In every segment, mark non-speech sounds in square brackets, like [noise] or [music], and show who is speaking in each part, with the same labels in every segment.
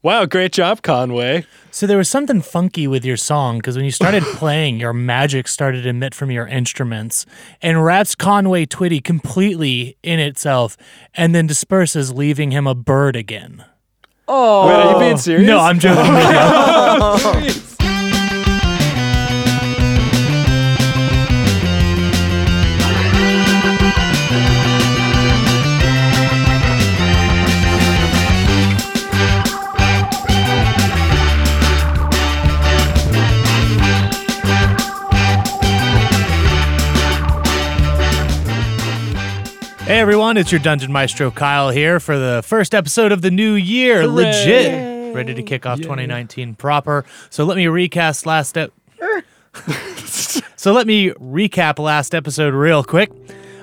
Speaker 1: Wow, great job, Conway.
Speaker 2: So there was something funky with your song because when you started playing, your magic started to emit from your instruments and wraps Conway Twitty completely in itself and then disperses, leaving him a bird again.
Speaker 1: Wait, are you being serious?
Speaker 2: No, I'm joking. [laughs] with you. Hey everyone, it's your Dungeon Maestro Kyle here for the first episode of the new year. Legit. Ready to kick off 2019 proper. So let me recast last ep- [laughs] So let me recap last episode real quick.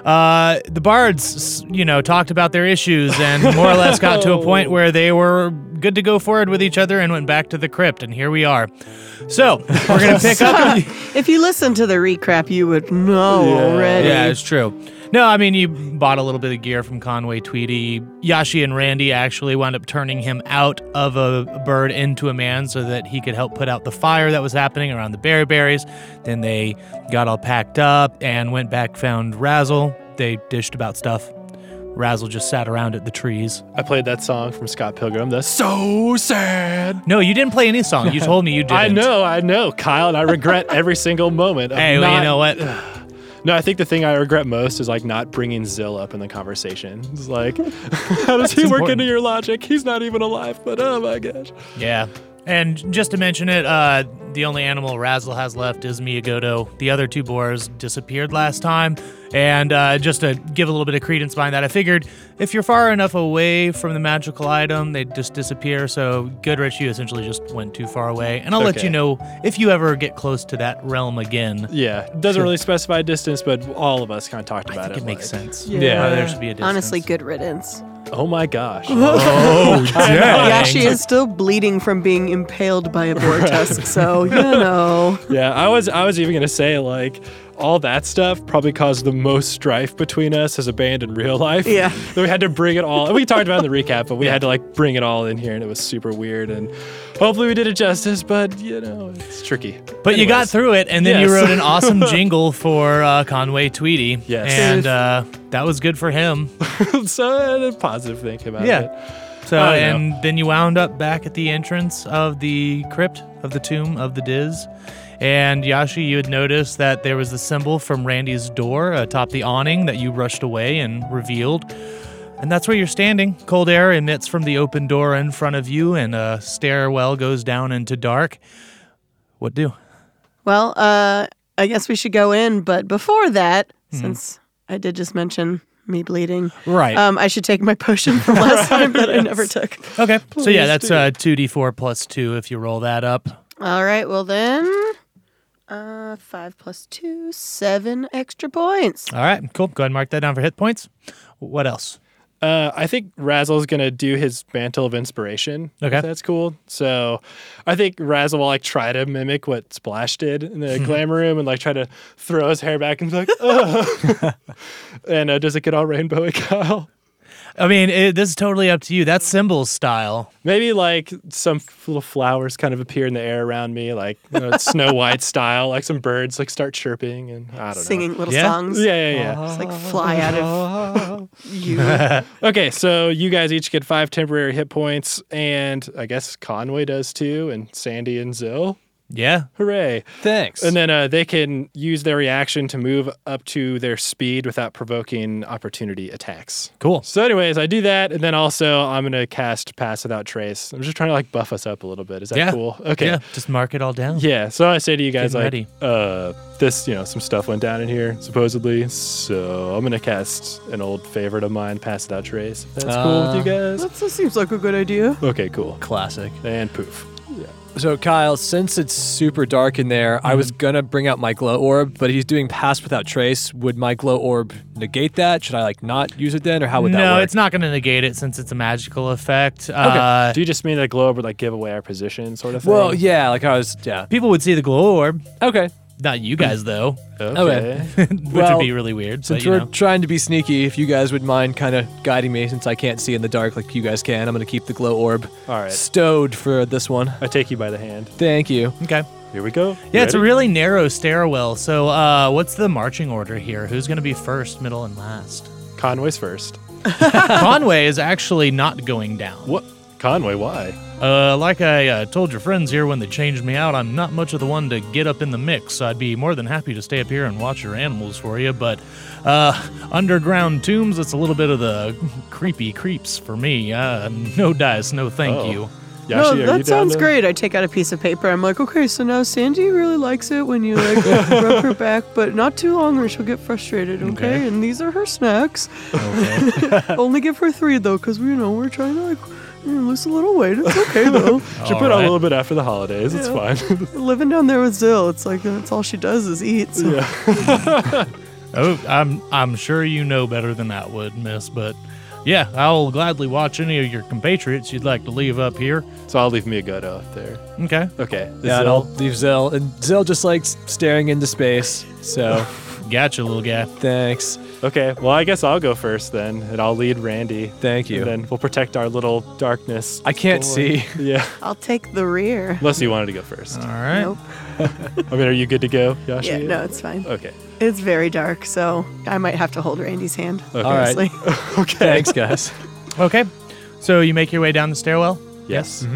Speaker 2: Uh, the bards, s- you know, talked about their issues and more or less got to a point where they were good to go forward with each other and went back to the crypt. And here we are. So we're gonna pick up.
Speaker 3: If you listen to the recap, you would know already.
Speaker 2: Yeah, it's true. No, I mean, you bought a little bit of gear from Conway Tweety. Yashi and Randy actually wound up turning him out of a bird into a man so that he could help put out the fire that was happening around the berryberries. Then they got all packed up and went back, found Razzle. They dished about stuff. Razzle just sat around at the trees.
Speaker 1: I played that song from Scott Pilgrim. That's so sad.
Speaker 2: No, you didn't play any
Speaker 1: [laughs]
Speaker 2: song. You told me you didn't.
Speaker 1: I know, I know, Kyle, and I
Speaker 2: [laughs]
Speaker 1: regret every single moment. Of
Speaker 2: Hey, well,
Speaker 1: not,
Speaker 2: you know what?
Speaker 1: No, I think the thing I regret most is like not bringing Zill up in the conversation. It's like, [laughs] how does he work
Speaker 2: important.
Speaker 1: into your logic? He's not even alive, but oh my gosh.
Speaker 2: Yeah. And just to mention it, uh, the only animal Razzle has left is Miyagoto. The other two boars disappeared last time. And uh, just to give a little bit of credence behind that, I figured if you're far enough away from the magical item, they just disappear. So Goodrich, you essentially just went too far away. And I'll let
Speaker 1: Okay.
Speaker 2: you know if you ever get close to that realm again.
Speaker 1: Yeah, doesn't really specify distance, but all of us kind of talked
Speaker 2: I
Speaker 1: about
Speaker 2: think it,
Speaker 1: it.
Speaker 2: makes
Speaker 1: like,
Speaker 2: sense.
Speaker 3: Yeah.
Speaker 2: Uh, there should be a distance.
Speaker 3: Honestly, good riddance.
Speaker 1: Oh my gosh.
Speaker 2: Oh, dang.
Speaker 3: Yeah, she is still bleeding from being impaled by a boar tusk,
Speaker 2: [laughs]
Speaker 3: so you know.
Speaker 1: Yeah, I was I was even gonna say like all that stuff probably caused the most strife between us as a band in real life.
Speaker 3: Yeah.
Speaker 1: That [laughs] we had to bring it all. We talked about it in
Speaker 2: [laughs]
Speaker 1: the recap, but we had to like bring it all in here, and it was super weird. And hopefully we did it justice, but you know it's tricky.
Speaker 2: But you got
Speaker 1: Anyways.
Speaker 2: through it, and then you
Speaker 1: Yes.
Speaker 2: wrote
Speaker 1: [laughs]
Speaker 2: an awesome jingle for uh, Conway Tweedy.
Speaker 1: Yes.
Speaker 2: And uh, that was good for him.
Speaker 1: [laughs] so a positive thing came out. of it. Oh,
Speaker 2: Yeah. So,
Speaker 1: I don't
Speaker 2: and then you wound up back at the entrance of the crypt, of the tomb, of the Diz. And Yashi, you had noticed that there was the symbol from Randy's door atop the awning that you rushed away and revealed. And that's where you're standing. Cold air emits from the open door in front of you, and a stairwell goes down into dark. What do?
Speaker 3: Well, uh, I guess we should go in, but before that, since I did just mention me bleeding,
Speaker 2: Hmm. Right.
Speaker 3: um, I should take my potion
Speaker 2: [laughs]
Speaker 3: from last time that I never took.
Speaker 2: Okay. so yeah, that's uh, 2d4 plus 2 if you roll that up.
Speaker 3: All right, well then, uh, five plus two, seven extra points.
Speaker 2: All right, cool. Go ahead and mark that down for hit points. What else?
Speaker 1: Uh, I think Razzle's gonna do his mantle of inspiration. if
Speaker 2: Okay.
Speaker 1: that's cool. So, I think Razzle will like try to mimic what Splash did in the glamour room and like try to throw his hair back and be like, "Ugh." and uh, does it get all rainbowy, [laughs] Kyle?
Speaker 2: I mean, it, this is totally up to you. That's symbol style.
Speaker 1: Maybe like some f- little flowers kind of appear in the air around me, like you know, Snow White style, like some birds like start chirping and I don't
Speaker 3: Singing little
Speaker 2: Yeah?
Speaker 1: know.
Speaker 3: songs.
Speaker 1: Yeah, yeah, yeah.
Speaker 3: Just like fly
Speaker 2: [laughs]
Speaker 3: out of you.
Speaker 1: Okay, so you guys each get five temporary hit points, and I guess Conway does too, and Sandy and Zill.
Speaker 2: Yeah.
Speaker 1: Hooray.
Speaker 4: Thanks.
Speaker 1: And then uh, they can use their reaction to move up to their speed without provoking opportunity attacks.
Speaker 2: Cool.
Speaker 1: So, anyways, I do that, and then also I'm gonna cast Pass Without Trace. I'm just trying to like buff us up a little bit. Is that
Speaker 2: yeah.
Speaker 1: cool? Okay.
Speaker 2: Yeah.
Speaker 1: Yeah.
Speaker 2: Just mark it all down.
Speaker 1: So I say to you guys
Speaker 2: Getting
Speaker 1: like,
Speaker 2: ready.
Speaker 1: uh, this, you know, some stuff went down in here supposedly. So I'm gonna cast an old favorite of mine, Pass Without Trace. If that's
Speaker 2: Uh,
Speaker 1: cool with you guys.
Speaker 3: That seems like a good idea.
Speaker 1: Okay, cool.
Speaker 4: Classic.
Speaker 1: And poof. Yeah.
Speaker 4: So, Kyle, since it's super dark in there, I was going to bring out my glow orb, but he's doing pass without trace. Would my glow orb negate that? Should I, like, not use it then, or how would that
Speaker 2: No,
Speaker 4: work?
Speaker 2: it's not going to negate it since it's a magical effect. Uh,
Speaker 1: do you just mean that globe would like give away our position, sort of thing?
Speaker 4: Well, yeah, like I was, yeah.
Speaker 2: people would see the glow orb.
Speaker 4: Okay.
Speaker 2: Not you guys though, [laughs]
Speaker 1: Okay.
Speaker 2: which
Speaker 4: Mm. Well,
Speaker 2: would be really weird. But
Speaker 4: Since
Speaker 2: you
Speaker 4: we're
Speaker 2: know,
Speaker 4: trying to be sneaky, if you guys would mind kind of guiding me, since I can't see in the dark like you guys can, I'm going to keep the glow orb
Speaker 1: All right.
Speaker 4: stowed for this one.
Speaker 1: I take you by the hand.
Speaker 4: Thank you.
Speaker 2: okay.
Speaker 1: Here we go.
Speaker 2: Yeah, it's a
Speaker 1: Ready?
Speaker 2: really narrow stairwell. So, uh, what's the marching order here? Who's going to be first, middle, and last?
Speaker 1: Conway's first.
Speaker 2: Conway is actually not going down.
Speaker 1: What? Conway, why?
Speaker 2: Uh, like I uh, told your friends here when they changed me out, I'm not much of the one to get up in the mix. I'd be more than happy to stay up here and watch your animals for you, but uh, underground tombs, it's a little bit of the creepy creeps for me. Uh, no dice, no thank
Speaker 1: Oh.
Speaker 2: you.
Speaker 1: Yashi, are you
Speaker 3: no,
Speaker 1: down
Speaker 3: that sounds
Speaker 1: to-
Speaker 3: great. I take out a piece of paper. I'm like, okay, so now Sandy really likes it when you like rub her back, but not too long or she'll get frustrated. Okay,
Speaker 2: Okay.
Speaker 3: and these are her snacks.
Speaker 2: Okay.
Speaker 3: [laughs] Only give her three though, because we you know we're trying to like you know, lose a little weight. It's okay though.
Speaker 1: Should
Speaker 2: All
Speaker 1: put out a
Speaker 2: right.
Speaker 1: little bit after the holidays. It's
Speaker 3: Yeah.
Speaker 1: fine. [laughs]
Speaker 3: Living down there with Zill, it's like that's all she does is eat. So.
Speaker 2: Oh, I'm I'm sure you know better than I would, Miss. But yeah, I'll gladly watch any of your compatriots you'd like to leave up here.
Speaker 1: so I'll leave me a good off there.
Speaker 2: Okay,
Speaker 1: Okay.
Speaker 4: Yeah, and
Speaker 1: Zil-
Speaker 4: I'll leave Zill. And Zill just like s- staring into space. So
Speaker 2: gotcha, little guy.
Speaker 4: thanks.
Speaker 1: Okay. Well, I guess I'll go first then, and I'll lead Randy.
Speaker 4: Thank you.
Speaker 1: And then we'll protect our little darkness. [laughs]
Speaker 4: I can't
Speaker 1: boy.
Speaker 4: see.
Speaker 1: Yeah.
Speaker 3: I'll take the rear.
Speaker 1: Unless you wanted to go first.
Speaker 2: All right.
Speaker 3: Nope.
Speaker 1: I mean, are you good to go, Yashi?
Speaker 3: Yeah, no, it's fine.
Speaker 1: Okay.
Speaker 3: It's very dark, so I might have to hold Randy's hand.
Speaker 1: Okay.
Speaker 4: All right.
Speaker 3: Honestly.
Speaker 1: [laughs]
Speaker 3: [laughs]
Speaker 1: Okay.
Speaker 4: Thanks, guys.
Speaker 2: Okay, so you make your way down the stairwell.
Speaker 1: Yes.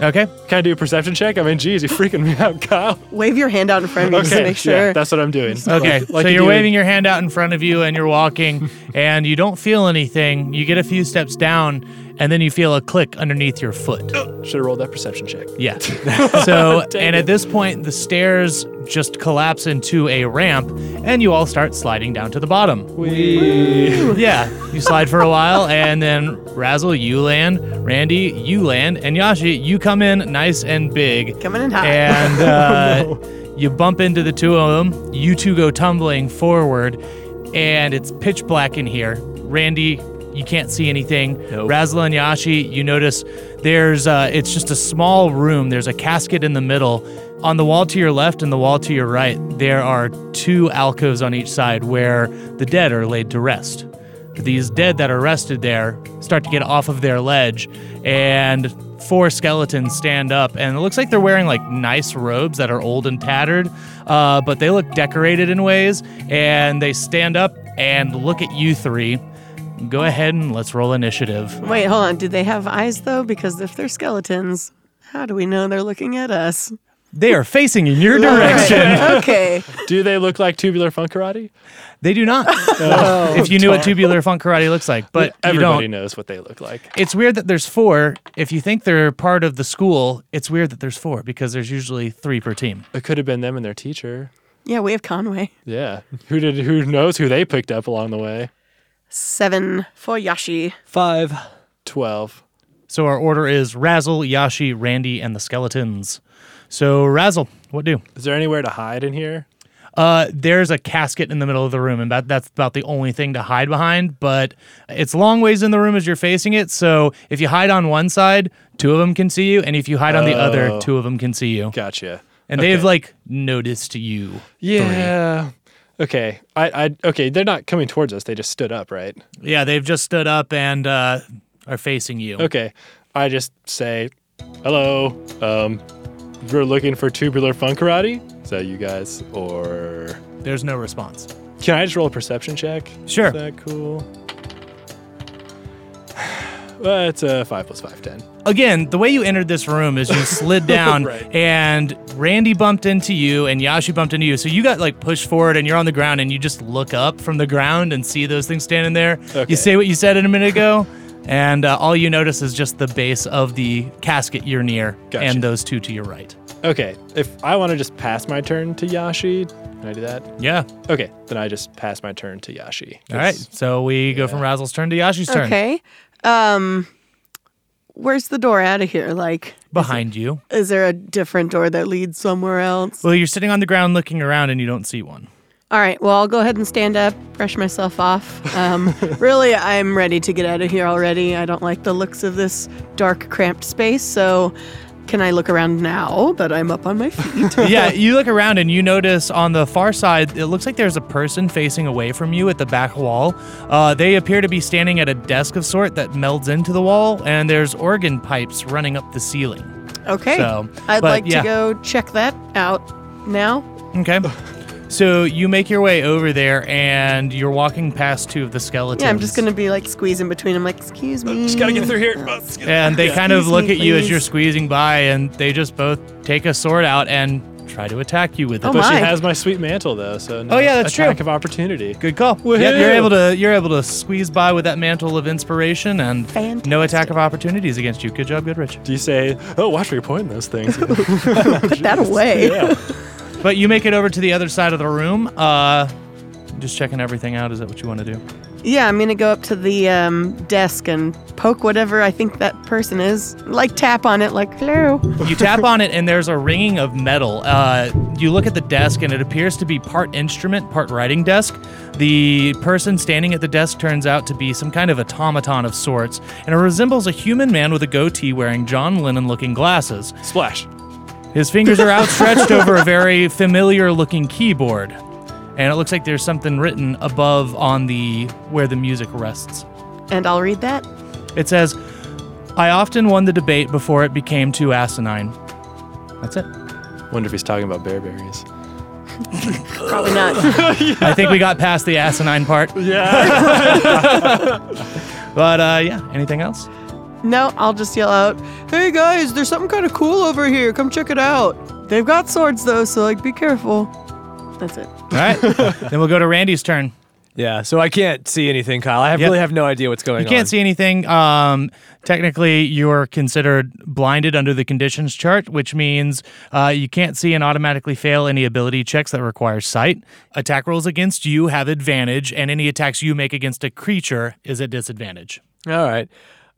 Speaker 2: Okay.
Speaker 1: Can I do a perception check? I mean, geez, you're freaking me out, Kyle.
Speaker 3: Wave your hand out in front of you [laughs] just to
Speaker 1: Okay.
Speaker 3: make sure.
Speaker 1: Yeah, that's what I'm doing.
Speaker 2: Okay,
Speaker 1: Like
Speaker 2: so
Speaker 1: you
Speaker 2: you're
Speaker 1: do.
Speaker 2: waving your hand out in front of you and you're walking
Speaker 1: [laughs]
Speaker 2: and you don't feel anything. You get a few steps down and then you feel a click underneath your foot.
Speaker 1: Should have rolled that perception check. [laughs]
Speaker 2: Yeah. So, and at this point, the stairs just collapse into a ramp and you all start sliding down to the bottom. Yeah. You slide for a while and then Razzle, you land. Randy, you land. And Yashi, you come in nice and big.
Speaker 3: Coming in hot.
Speaker 2: And uh, you bump into the two of them. You two go tumbling forward, and it's pitch black in here. Randy, you can't see anything.
Speaker 4: Nope.
Speaker 2: Razzle and Yashi, you notice there's uh, it's just a small room. There's a casket in the middle. On the wall to your left and the wall to your right, there are two alcoves on each side where the dead are laid to rest. These dead that are rested there start to get off of their ledge, and four skeletons stand up. And it looks like they're wearing like nice robes that are old and tattered, uh, but they look decorated in ways. And they stand up and look at you three. Go ahead and let's roll initiative.
Speaker 3: Wait, hold on. Do they have eyes though? Because if they're skeletons, how do we know they're looking at us?
Speaker 2: They are facing in your
Speaker 3: [laughs]
Speaker 2: direction.
Speaker 3: Alright, okay.
Speaker 1: Do they look like tubular funk karate?
Speaker 2: They do not. if you knew what tubular funk karate looks like, but you
Speaker 1: Everybody
Speaker 2: don't.
Speaker 1: knows what they look like.
Speaker 2: it's weird that there's four. If you think they're part of the school, it's weird that there's four because there's usually three per team.
Speaker 1: It could have been them and their teacher.
Speaker 3: Yeah, we have Conway.
Speaker 1: Yeah. Who did? Who knows who they picked up along the way?
Speaker 3: Seven for Yashi.
Speaker 4: Five.
Speaker 1: Twelve.
Speaker 2: So our order is Razzle, Yashi, Randy, and the skeletons. So Razzle, what do?
Speaker 1: Is there anywhere to hide in here?
Speaker 2: Uh, there's a casket in the middle of the room, and that, that's about the only thing to hide behind. But it's long ways in the room as you're facing it. So if you hide on one side, two of them can see you, and if you hide on the other,
Speaker 1: Oh.
Speaker 2: two of them can see you.
Speaker 1: Gotcha.
Speaker 2: And they've like noticed you.
Speaker 1: Yeah. Okay. I. I. Okay. They're not coming towards us. They just stood up, right?
Speaker 2: Yeah, they've just stood up and uh, are facing you.
Speaker 1: Okay. I just say, hello. Um, we're looking for tubular fun karate. Is that you guys? Or
Speaker 2: There's no response.
Speaker 1: can I just roll a perception check?
Speaker 2: Sure.
Speaker 1: Is that cool? [sighs] Well, it's a five plus five, ten.
Speaker 2: again, the way you entered this room
Speaker 1: [laughs]
Speaker 2: is you slid down
Speaker 1: Right.
Speaker 2: and Randy bumped into you and Yashi bumped into you. So you got like pushed forward and you're on the ground and you just look up from the ground and see those things standing there.
Speaker 1: Okay.
Speaker 2: You say what you said in a minute ago. And uh, all you notice is just the base of the casket you're near
Speaker 1: Gotcha.
Speaker 2: and those two to your right.
Speaker 1: Okay. If I want to just pass my turn to Yashi, can I do that?
Speaker 2: Yeah.
Speaker 1: Okay. Then I just pass my turn to Yashi.
Speaker 2: All right. So we go from Razzle's turn to Yashi's turn.
Speaker 3: Okay. Um where's the door out of here? Like
Speaker 2: Behind you.
Speaker 3: is there a different door that leads somewhere else?
Speaker 2: Well, you're sitting on the ground looking around and you don't see one.
Speaker 3: All right, well, I'll go ahead and stand up, brush myself off. Um, really, I'm ready to get out of here already. I don't like the looks of this dark, cramped space, so Can I look around now that I'm up on my feet?
Speaker 2: yeah, you look around and you notice on the far side, it looks like there's a person facing away from you at the back wall. Uh, they appear to be standing at a desk of sort that melds into the wall, and there's organ pipes running up the ceiling.
Speaker 3: Okay.
Speaker 2: So,
Speaker 3: I'd
Speaker 2: but
Speaker 3: like
Speaker 2: yeah.
Speaker 3: to go check that out now.
Speaker 2: Okay. So you make your way over there, and you're walking past two of the skeletons.
Speaker 3: Yeah, I'm just gonna be like squeezing between. I'm like, excuse me.
Speaker 1: Just gotta get through here.
Speaker 2: And they kind of
Speaker 3: Excuse
Speaker 2: look
Speaker 3: me,
Speaker 2: at you as
Speaker 3: please.
Speaker 2: you're squeezing by, and they just both take a sword out and try to attack you with it.
Speaker 3: Oh
Speaker 1: But
Speaker 3: my.
Speaker 1: she has my sweet mantle though, so no
Speaker 2: Oh, yeah, that's true.
Speaker 1: attack of opportunity.
Speaker 2: Good call. Yep, you're able to you're able to squeeze by with that mantle of inspiration and no attack of opportunities against you. Good job, Goodrich.
Speaker 1: Do you say, "Oh, watch where you're pointing those [laughs] things"?
Speaker 3: Put that away.
Speaker 1: yeah.
Speaker 2: But you make it over to the other side of the room. Uh, just checking everything out. Is that what you want to do?
Speaker 3: [laughs] Yeah, I'm gonna go up to the um, desk and poke whatever I think that person is. Like tap on it, like hello.
Speaker 2: You tap on it, and there's a ringing of metal. Uh, you look at the desk, and it appears to be part instrument, part writing desk. The person standing at the desk turns out to be some kind of automaton of sorts, and it resembles a human man with a goatee wearing John Lennon looking glasses.
Speaker 1: Splash.
Speaker 2: His fingers are outstretched over a very familiar looking keyboard. And it looks like there's something written above on the where the music rests.
Speaker 3: And I'll read that.
Speaker 2: It says, I often won the debate before it became too asinine. That's it.
Speaker 1: Wonder if he's talking about bearberries. [laughs]
Speaker 3: Probably not. [laughs]
Speaker 2: I think we got past the asinine part.
Speaker 1: Yeah.
Speaker 2: [laughs] But uh, yeah, anything else?
Speaker 3: no, I'll just yell out, "Hey guys, there's something kind of cool over here. Come check it out." They've got swords though, so like be careful. That's it.
Speaker 2: All right. then we'll go to Randy's turn.
Speaker 4: Yeah, so I can't see anything, Kyle. I have,
Speaker 2: Yep.
Speaker 4: really have no idea what's going
Speaker 2: You
Speaker 4: on.
Speaker 2: can't see anything. Um, technically, you're considered blinded under the conditions chart, which means uh, you can't see and automatically fail any ability checks that require sight. Attack rolls against you have advantage, and any attacks you make against a creature is at disadvantage.
Speaker 4: All right.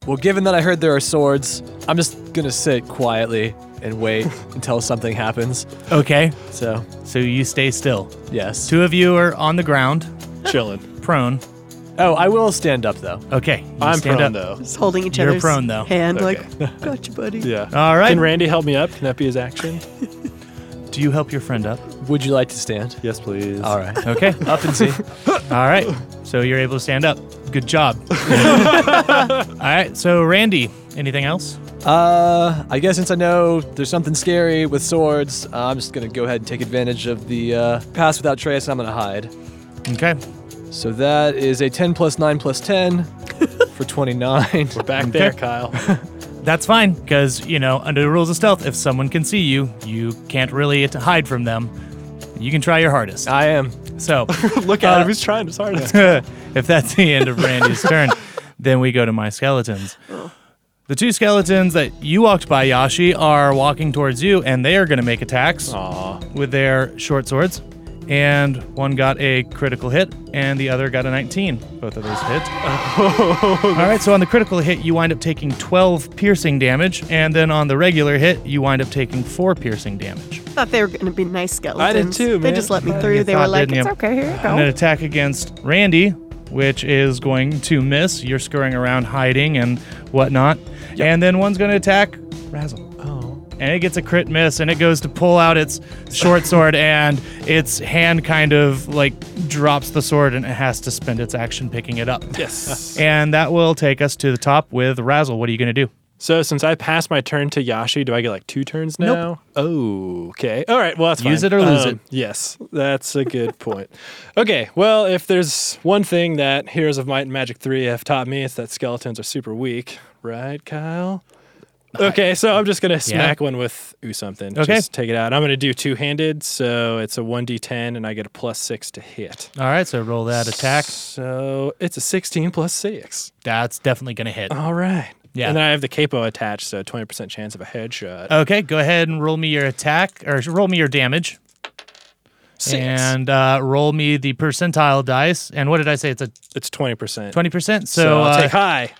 Speaker 4: Well, given that I heard there are swords, I'm just gonna sit quietly
Speaker 2: [laughs]
Speaker 4: and wait until something happens.
Speaker 2: Okay,
Speaker 4: So,
Speaker 2: so you stay still.
Speaker 4: yes.
Speaker 2: Two of you are on the ground,
Speaker 1: [laughs] Chilling.
Speaker 2: prone.
Speaker 4: Oh, I will stand up though.
Speaker 2: Okay, you
Speaker 1: I'm
Speaker 2: stand
Speaker 1: prone
Speaker 2: up.
Speaker 1: though.
Speaker 3: Just holding each
Speaker 2: You're
Speaker 3: other's
Speaker 2: prone, though.
Speaker 3: hand,
Speaker 1: Okay. [laughs]
Speaker 3: like gotcha, buddy.
Speaker 1: Yeah.
Speaker 2: All right.
Speaker 1: Can Randy help me up? Can that be his action?
Speaker 2: Do you help your friend up?
Speaker 4: Would you like to stand?
Speaker 1: Yes, please.
Speaker 4: All right.
Speaker 1: [laughs]
Speaker 2: Okay.
Speaker 4: Up and see.
Speaker 2: [laughs] All right. So you're able to stand up.
Speaker 1: [laughs]
Speaker 2: Good job. All right. So Randy, anything else?
Speaker 4: Uh, I guess since I know there's something scary with swords, I'm just gonna go ahead and take advantage of the uh, pass without trace, and I'm gonna hide.
Speaker 2: Okay.
Speaker 4: So that is a 10 plus 9 plus
Speaker 1: [laughs]
Speaker 4: 10 for 29.
Speaker 1: We're back [laughs] there, Kyle.
Speaker 2: That's fine because you know under the rules of stealth, if someone can see you, you can't really at- hide from them. You can try your hardest.
Speaker 4: I am.
Speaker 2: So
Speaker 1: Look at him. He's trying his hardest.
Speaker 2: [laughs] if that's the end of Randy's turn, then we go to my skeletons. The two skeletons that you walked by, Yashi, are walking towards you, and they are going to make attacks.
Speaker 1: Aw.
Speaker 2: with their short swords, and one got a critical hit, and the other got a 19. Both of those hit. All right, so on the critical hit, you wind up taking 12 piercing damage, and then on the regular hit, you wind up taking four piercing damage.
Speaker 3: thought they were gonna be nice skeletons.
Speaker 1: too,
Speaker 3: They
Speaker 1: man.
Speaker 3: just let me through. They
Speaker 2: thought,
Speaker 3: were like,
Speaker 2: didn't
Speaker 3: "It's
Speaker 2: you?
Speaker 3: okay, here you
Speaker 2: And an
Speaker 3: go."
Speaker 2: attack against Randy, which is going to miss. You're scurrying around, hiding, and whatnot. And then one's going to attack Razzle. and it gets a crit miss and it goes to pull out its short sword and its hand kind of like drops the sword and it has to spend its action picking it up.
Speaker 1: [laughs] Yes.
Speaker 2: And that will take us to the top with Razzle. What are you going to do?
Speaker 1: So since I passed my turn to Yashi, do I get like two turns now? Oh, okay. All right. Well, that's
Speaker 2: Use
Speaker 1: fine. Um,
Speaker 2: it or lose it.
Speaker 1: Yes, that's a good point. Okay. Well, if there's one thing that Heroes of Might and Magic Three have taught me, it's that skeletons are super weak, right, Kyle? Okay, so I'm just gonna smack one with ooh something.
Speaker 2: Uh, Okay.
Speaker 1: Just take it out. I'm gonna do two handed, so it's a 1d10, and I get a plus six to hit.
Speaker 2: All right, so roll that attack.
Speaker 1: So it's a 16 plus six.
Speaker 2: That's definitely going to hit.
Speaker 1: All right.
Speaker 2: Yeah.
Speaker 1: And then I have the capo attached, so 20% chance of a headshot.
Speaker 2: Okay, go ahead and roll me your attack or roll me your damage
Speaker 1: Six.
Speaker 2: and uh, roll me the percentile dice. And what did I say? It's a
Speaker 1: it's 20%.
Speaker 2: 20%. So,
Speaker 1: so I'll
Speaker 2: uh,
Speaker 1: take high.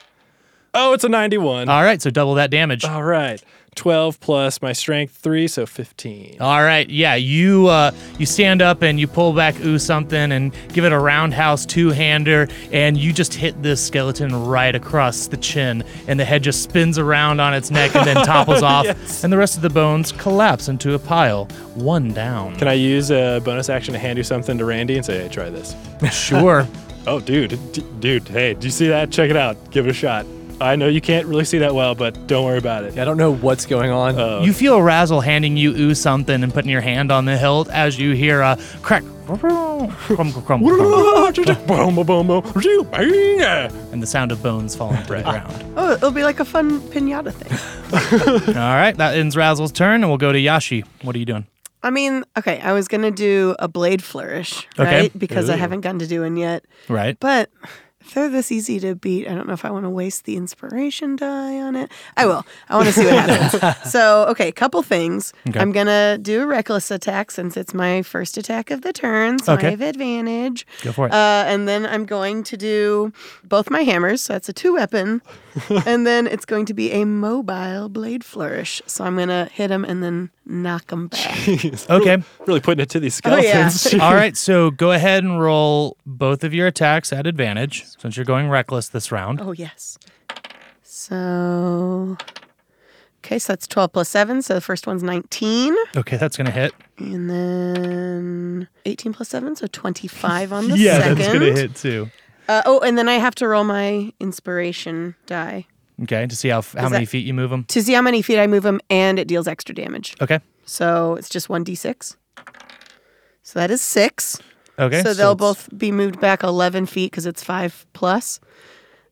Speaker 1: Oh, it's a 91.
Speaker 4: Uh,
Speaker 2: All right, so double that damage.
Speaker 1: All right. 12 plus my strength 3, so 15.
Speaker 2: All right, yeah, you uh, you stand up and you pull back ooh something and give it a roundhouse two-hander, and you just hit this skeleton right across the chin, and the head just spins around on its
Speaker 1: [laughs]
Speaker 2: neck and then topples off, and the rest of the bones collapse into a pile, one down.
Speaker 1: [laughs] Can I use a bonus action to hand you something to Randy and say, hey, try this?
Speaker 2: Sure.
Speaker 1: Oh, dude. D- dude, hey, do you see that? Check it out. Give it a shot. I know you can't really see that well, but don't worry about
Speaker 4: [laughs]
Speaker 1: it. [laughs]
Speaker 4: I don't know what's going on.
Speaker 1: Uh.
Speaker 2: You feel Razzle handing you ooh something and putting your hand on the hilt as you hear a crack, crumble, crumble, crumble,
Speaker 1: Boom, boom, boom, boom. Bang.
Speaker 2: and the sound of bones falling to the [laughs] ground.
Speaker 3: Oh, it'll be like a fun pinata thing.
Speaker 2: All right, that ends Razzle's turn, and we'll go to Yashi. What are you doing?
Speaker 3: I mean, okay, I was gonna do a blade flourish,
Speaker 2: Okay.
Speaker 3: right? Because I haven't gotten to do one yet.
Speaker 2: Right.
Speaker 3: But if they're this easy to beat, I don't know if I want to waste the inspiration die on it. I will. I want
Speaker 2: [laughs]
Speaker 3: to see what happens. so, okay, couple things. I'm gonna do a reckless attack since it's my first attack of the turn, so
Speaker 2: Okay.
Speaker 3: I have advantage.
Speaker 2: Go for it.
Speaker 3: Uh, and then I'm going to do both my hammers, so that's a two weapon.
Speaker 2: [laughs]
Speaker 3: and then it's going to be a mobile blade flourish. So I'm gonna hit him and then knock him back.
Speaker 2: Okay.
Speaker 1: Really putting it to these
Speaker 3: Oh, yeah. [laughs]
Speaker 1: skeletons. [laughs]
Speaker 2: All right, so go ahead and roll both of your attacks at advantage since you're going reckless this round.
Speaker 3: Oh, yes. So, okay, so that's 12 plus 7. So the first one's 19.
Speaker 2: Okay, that's going to hit.
Speaker 3: And then 18 plus 7, so 25 on the
Speaker 2: [laughs] Yeah,
Speaker 3: second.
Speaker 2: that's going to hit too.
Speaker 3: Uh, oh, and then I have to roll my inspiration die
Speaker 2: Okay, to see how, how
Speaker 3: Is
Speaker 2: many
Speaker 3: that-
Speaker 2: feet you move them.
Speaker 3: to see how many feet I move them, and it deals extra damage.
Speaker 2: Okay.
Speaker 3: So it's just 1d6. So that is 6.
Speaker 2: Okay.
Speaker 3: so they'll
Speaker 2: it's-
Speaker 3: both be moved back 11 feet because it's 5 plus.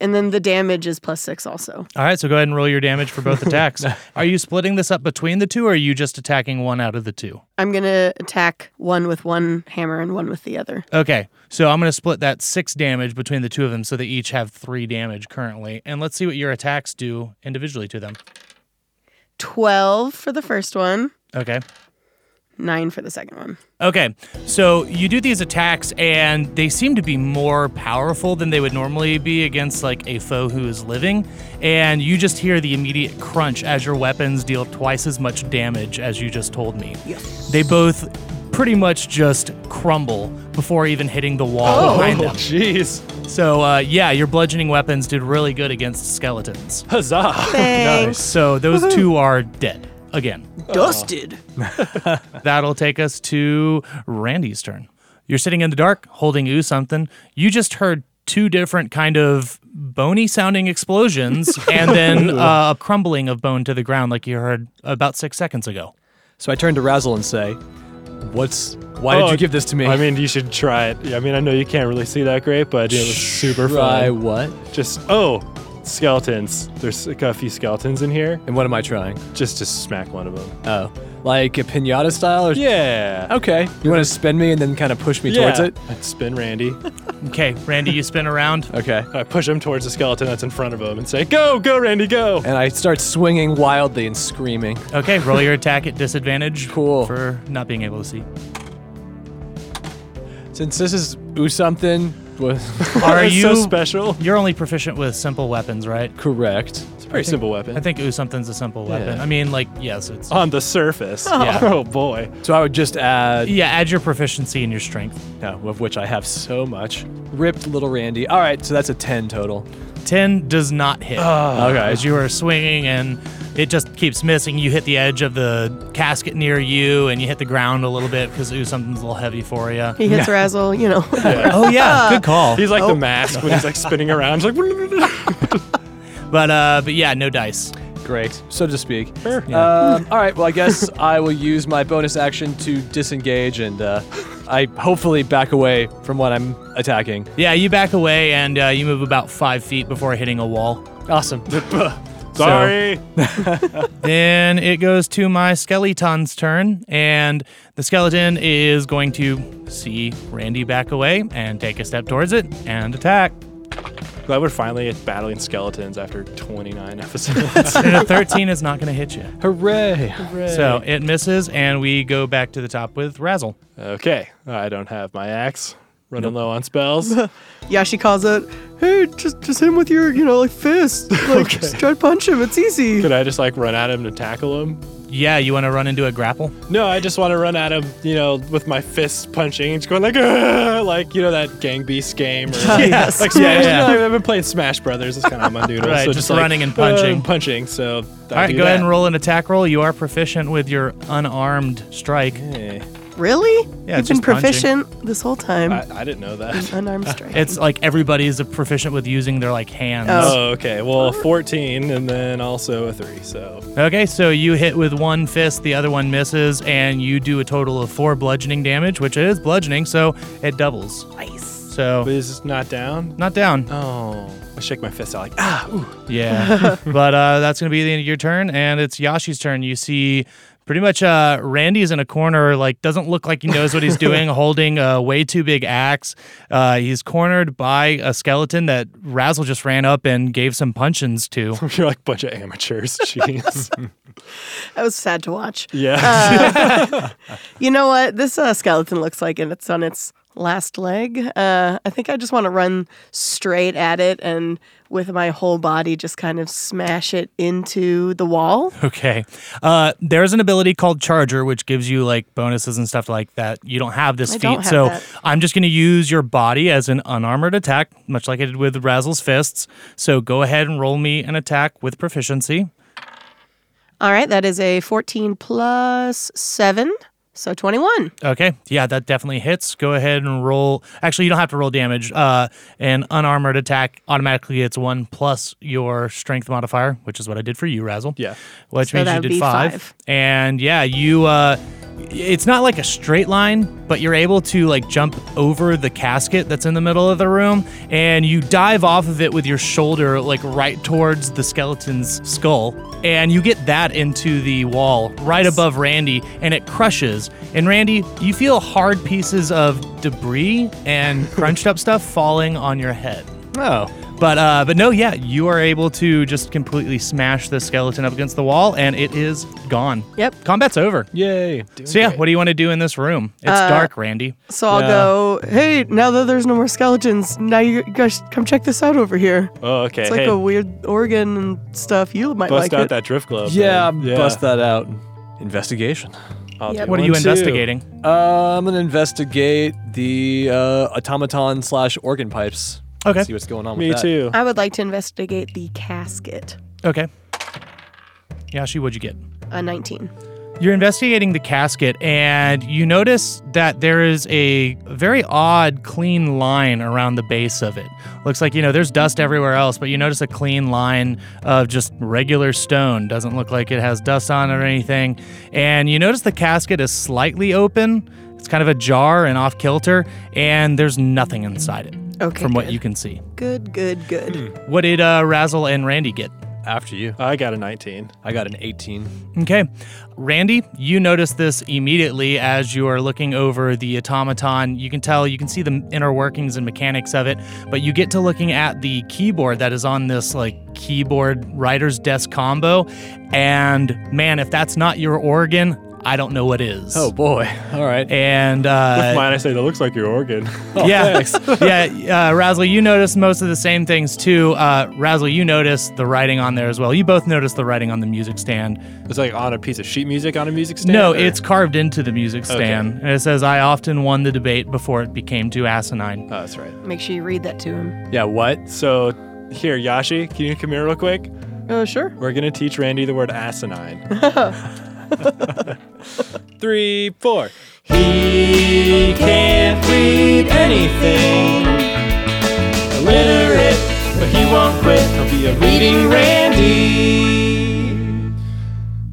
Speaker 3: And then the damage is plus 6 also.
Speaker 2: All right, so go ahead and roll your damage for both attacks. are you splitting this up between the two, or are you just attacking one out of the two?
Speaker 3: I'm gonna attack one with one hammer and one with the other.
Speaker 2: Okay, so I'm going to split that six damage between the two of them so they each have three damage currently. And let's see what your attacks do individually to them.
Speaker 3: Twelve for the first one,
Speaker 2: Okay.
Speaker 3: nine for the second one.
Speaker 2: Okay, so you do these attacks, and they seem to be more powerful than they would normally be against like a foe who is living. And you just hear the immediate crunch as your weapons deal twice as much damage as you just told me. They both pretty much just crumble before even hitting the wall behind them.
Speaker 1: Oh, jeez.
Speaker 2: So uh, yeah, your bludgeoning weapons did really good against skeletons.
Speaker 1: Huzzah.
Speaker 2: [laughs]
Speaker 3: Thanks.
Speaker 2: So those two are dead again.
Speaker 3: Dusted.
Speaker 2: [laughs] That'll take us to Randy's turn. You're sitting in the dark, holding ooh something. You just heard two different kind of bony sounding
Speaker 4: [laughs]
Speaker 2: explosions, and then uh, a crumbling of bone to the ground, like you heard about six seconds ago.
Speaker 4: so I turn to Razzle and say, "What's? Why
Speaker 1: Oh,
Speaker 4: did you give this to me?"
Speaker 1: I mean, you should try it. Yeah, I mean, I know you can't really see that great, but it was super
Speaker 4: try
Speaker 1: fun.
Speaker 4: what?
Speaker 1: Just, oh, skeletons. There's like a few skeletons in here.
Speaker 4: And what am I trying?
Speaker 1: Just to smack one of them.
Speaker 4: Oh, like a pinata style? Or-
Speaker 1: Yeah.
Speaker 2: Oh,
Speaker 4: Okay. You want to spin me and then kind of push me towards
Speaker 1: Yeah.
Speaker 4: it?
Speaker 1: I'd spin Randy.
Speaker 2: Okay, Randy, you spin around.
Speaker 4: Okay.
Speaker 1: I push him towards the skeleton that's in front of him and say, go, go, Randy, go.
Speaker 4: And I start swinging wildly and screaming.
Speaker 2: Okay, roll your attack at disadvantage.
Speaker 4: Cool.
Speaker 2: For not being able to
Speaker 4: [laughs]
Speaker 2: see.
Speaker 4: Since this is ooh something was
Speaker 2: Are
Speaker 1: That's
Speaker 2: you
Speaker 1: so special?
Speaker 2: You're only proficient with simple weapons, right?
Speaker 4: [laughs] correct.
Speaker 1: It's a pretty simple weapon.
Speaker 2: I think ooh something's a simple weapon.
Speaker 4: Yeah.
Speaker 2: I mean, like yes, it's
Speaker 1: On the surface.
Speaker 2: [laughs] Yeah.
Speaker 1: Oh, boy.
Speaker 4: So I would just add,
Speaker 2: yeah. Add your proficiency and your strength.
Speaker 4: no, of which I have so much. Ripped little Randy. All right, so that's a 10 total.
Speaker 2: Ten does not hit.
Speaker 4: okay.
Speaker 2: as you are swinging and it just keeps missing. You hit the edge of the casket near you and you hit the ground a little bit because ooh, something's a little heavy for you.
Speaker 3: He hits Razzle, you know.
Speaker 2: oh [laughs] yeah, good call.
Speaker 1: He's like the mask when he's like spinning around. He's like, [laughs]
Speaker 2: But uh, but yeah, no dice.
Speaker 4: Great, so to speak.
Speaker 1: Sure.
Speaker 4: Um, all right. Well, I guess [laughs] I will use my bonus action to disengage, and uh, I hopefully back away from what I'm attacking.
Speaker 2: Yeah, you back away and uh, you move about five feet before hitting a wall.
Speaker 4: Awesome.
Speaker 1: sorry.
Speaker 2: Then it goes to my skeleton's turn, and the skeleton is going to see Randy back away and take a step towards it and attack.
Speaker 1: Glad we're finally battling skeletons after 29 [laughs] episodes.
Speaker 2: And a 13 is not going to hit you.
Speaker 4: Hooray!
Speaker 2: So it misses, and we go back to the top with Razzle.
Speaker 1: okay, I don't have my axe. running low on
Speaker 2: [laughs]
Speaker 1: spells.
Speaker 3: Yeah, she calls out, "Hey, just just hit him with your, you know, like fist. [laughs] Like just try to punch him. It's easy."
Speaker 1: Could I just like run at him to tackle him?
Speaker 2: Yeah, you want to run into a grapple?
Speaker 1: No, I just want to run at him, you know, with my fists punching, just going like, "Ugh," like you know that Gang Beast game. Or
Speaker 2: [laughs]
Speaker 1: like,
Speaker 3: Yes.
Speaker 1: like Smash,
Speaker 2: yeah.
Speaker 1: you know, I've been playing Smash Brothers. It's kind of my noodle.
Speaker 2: Right,
Speaker 1: so
Speaker 2: just
Speaker 1: like,
Speaker 2: running and
Speaker 1: uh,
Speaker 2: punching.
Speaker 1: punching. So
Speaker 2: All right, go ahead and roll an attack roll. You are proficient with your unarmed strike.
Speaker 3: Really?
Speaker 2: Yeah, it's
Speaker 3: You've been
Speaker 2: just punching. Uh,
Speaker 3: proficient this whole time.
Speaker 1: I, I didn't know that. [laughs]
Speaker 3: Unarmed strike.
Speaker 2: It's like everybody is proficient with using their like hands.
Speaker 3: Oh.
Speaker 1: Oh, okay. Well, 14 and then also a 3. So,
Speaker 2: Okay, so you hit with one fist, the other one misses, and you do a total of four bludgeoning damage, which is bludgeoning, so it doubles.
Speaker 3: nice.
Speaker 1: but
Speaker 2: So
Speaker 1: is this not down?
Speaker 2: not down.
Speaker 1: Oh. I shake my fist out like, ah, [laughs] ooh.
Speaker 2: Yeah. but uh, that's going to be the end of your turn, and it's Yashi's turn. You see pretty much uh, Randy's in a corner, like, doesn't look like he knows what he's doing, holding a way too big axe. Uh, he's cornered by a skeleton that Razzle just ran up and gave some punchins to.
Speaker 1: You're like a bunch of amateurs.
Speaker 2: [laughs]
Speaker 1: Jeez.
Speaker 3: That was sad to watch.
Speaker 2: Ah.
Speaker 1: yeah.
Speaker 3: You know what? This uh, skeleton looks like, and it's on its last leg. Uh, I think I just want to run straight at it and with my whole body just kind of smash it into the wall.
Speaker 2: Okay. Uh, there's an ability called Charger, which gives you like bonuses and stuff like that. You don't have this
Speaker 3: I
Speaker 2: feat.
Speaker 3: don't have
Speaker 2: so
Speaker 3: that.
Speaker 2: I'm just going to use your body as an unarmored attack, much like I did with Razzle's Fists. So go ahead and roll me an attack with proficiency.
Speaker 3: All right, that is a 14 plus 7, so 21.
Speaker 2: Okay. Yeah, that definitely hits. Go ahead and roll. Actually, you don't have to roll damage. Uh, an unarmored attack automatically gets one plus your strength modifier, which is what I did for you, Razzle.
Speaker 1: Yeah.
Speaker 2: Which
Speaker 3: So
Speaker 2: means
Speaker 3: that
Speaker 2: you
Speaker 3: would
Speaker 2: did
Speaker 3: be
Speaker 2: five.
Speaker 3: five.
Speaker 2: And yeah, you. Uh, it's not like a straight line, but you're able to like jump over the casket that's in the middle of the room, and you dive off of it with your shoulder like right towards the skeleton's skull, and you get that into the wall right above Randy, and it crushes. And Randy, you feel hard pieces of debris and crunched up stuff falling on your head.
Speaker 4: Oh.
Speaker 2: But uh, but no, yeah, you are able to just completely smash the skeleton up against the wall, and it is gone.
Speaker 3: Yep.
Speaker 2: combat's over.
Speaker 1: Yay.
Speaker 2: So yeah, what do you want to do in this room? It's
Speaker 4: Uh,
Speaker 2: dark, Randy.
Speaker 3: So I'll
Speaker 4: Yeah.
Speaker 3: go, hey, now that there's no more skeletons, now you guys come check this out over here.
Speaker 1: [laughs] Oh, okay.
Speaker 3: It's like
Speaker 1: hey,
Speaker 3: a weird organ and stuff. You might
Speaker 1: bust
Speaker 3: like
Speaker 1: out
Speaker 3: it.
Speaker 1: that drift glove.
Speaker 4: Yeah,
Speaker 1: man.
Speaker 4: bust that out. Investigation.
Speaker 1: I'll
Speaker 3: Yep.
Speaker 1: do
Speaker 2: What
Speaker 1: it.
Speaker 2: are you
Speaker 4: One, two.
Speaker 2: investigating?
Speaker 4: Uh, I'm gonna investigate the uh, automaton slash organ pipes.
Speaker 2: Okay.
Speaker 4: See what's going on
Speaker 1: Me
Speaker 4: with that.
Speaker 1: too.
Speaker 3: I would like to investigate the casket.
Speaker 2: Okay. Yashi, what'd you get?
Speaker 3: A 19.
Speaker 2: You're investigating the casket, and you notice that there is a very odd, clean line around the base of it. Looks like, you know, there's dust everywhere else, but you notice a clean line of just regular stone. Doesn't look like it has dust on it or anything. And you notice the casket is slightly open, it's kind of ajar and off kilter, and there's nothing inside it
Speaker 3: Okay,
Speaker 2: from what
Speaker 3: good.
Speaker 2: you can see.
Speaker 3: Good, good, good.
Speaker 1: Hmm.
Speaker 2: What did uh, Razzle and Randy get?
Speaker 4: After you,
Speaker 1: I got a 19.
Speaker 4: I got an 18.
Speaker 2: Okay. Randy, you notice this immediately as you are looking over the automaton. You can tell, you can see the inner workings and mechanics of it, but you get to looking at the keyboard that is on this like keyboard writer's desk combo. And man, if that's not your organ, I don't know what is.
Speaker 4: Oh boy. [laughs] All right.
Speaker 2: And uh,
Speaker 1: Mine, I say, that looks like your organ.
Speaker 2: [laughs]
Speaker 1: [laughs]
Speaker 2: yeah, [laughs] yeah. Uh, Razzle, you notice most of the same things too. Uh, Razzle, you notice the writing on there as well. You both notice the writing on the music stand.
Speaker 1: It's like on a piece of sheet music on a music stand.
Speaker 2: No,
Speaker 1: or-
Speaker 2: it's carved into the music stand. And it says, I often won the debate before it became too asinine.
Speaker 1: Oh, that's right.
Speaker 3: Make sure you read that to him.
Speaker 4: Yeah. What?
Speaker 1: So here, Yashi, can you come here real quick?
Speaker 3: Oh, sure.
Speaker 1: We're gonna teach Randy the word asinine. Three, four. He can't read anything. Illiterate, but he won't quit. He'll be a reading Randy.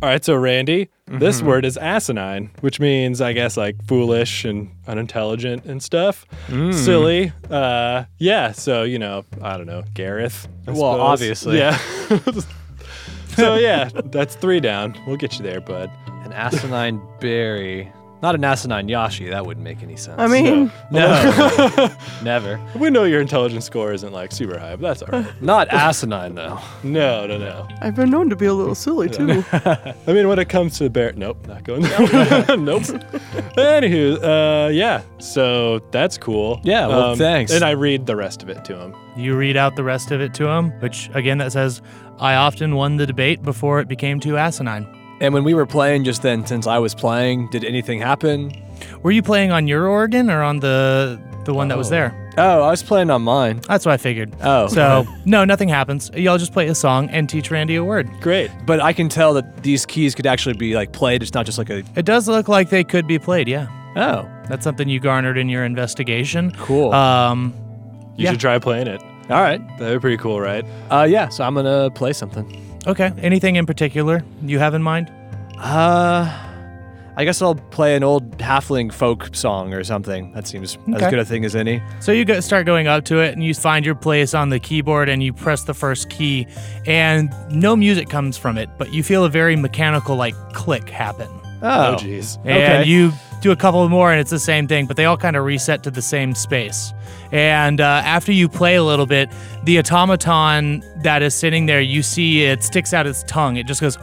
Speaker 1: All right, so Randy, this word is asinine, which means, I guess, like foolish and unintelligent and stuff, silly. Uh, yeah, so you know, I don't know, Gareth. I
Speaker 4: Well,
Speaker 1: suppose.
Speaker 4: obviously.
Speaker 1: yeah. [laughs] so yeah, that's three down. We'll get you there, bud.
Speaker 4: An asinine berry. Not an asinine Yashi. That wouldn't make any sense.
Speaker 3: I mean,
Speaker 4: no, [laughs] never.
Speaker 1: We know your intelligence score isn't like super high, but that's all [laughs] right.
Speaker 4: Not asinine though.
Speaker 1: No, no, no.
Speaker 3: I've been known to be a little silly too. Oh,
Speaker 1: I mean, when it comes to bear, nope, not going there. [laughs] nope. Anywho, uh, yeah. So that's cool. Um,
Speaker 4: Yeah, well, thanks.
Speaker 1: And I read the rest of it to him.
Speaker 2: You read out the rest of it to him, which again, that says, I often won the debate before it became too asinine.
Speaker 4: And when we were playing just then, since I was playing, did anything happen?
Speaker 2: Were you playing on your organ or on the the one that was there?
Speaker 4: Oh, I was playing on mine.
Speaker 2: That's what I figured.
Speaker 4: Oh.
Speaker 2: So, no, nothing happens. Y'all just play a song and teach Randy a word.
Speaker 1: Great.
Speaker 4: But I can tell that these keys could actually be like played. It's not just like a
Speaker 2: It does look like they could be played, yeah.
Speaker 4: oh. uh,
Speaker 2: That's something you garnered in your investigation.
Speaker 4: Cool.
Speaker 2: Um,
Speaker 1: You
Speaker 2: Yeah.
Speaker 1: should try playing it.
Speaker 4: All right.
Speaker 1: That'd be pretty cool, right?
Speaker 4: Uh, yeah. So I'm gonna play something.
Speaker 2: okay. Anything in particular you have in mind?
Speaker 4: Uh, I guess I'll play an old halfling folk song or something. That seems
Speaker 2: Okay.
Speaker 4: as good a thing as any.
Speaker 2: So you go, start going up to it, and you find your place on the keyboard, and you press the first key, and no music comes from it, but you feel a very mechanical like click happen,
Speaker 1: Oh,
Speaker 4: Oh,
Speaker 1: jeez.
Speaker 2: and
Speaker 4: Okay.
Speaker 2: you do a couple more, and it's the same thing, but they all kind of reset to the same space. And uh, after you play a little bit, the automaton that is sitting there, you see it sticks out its tongue. It just goes,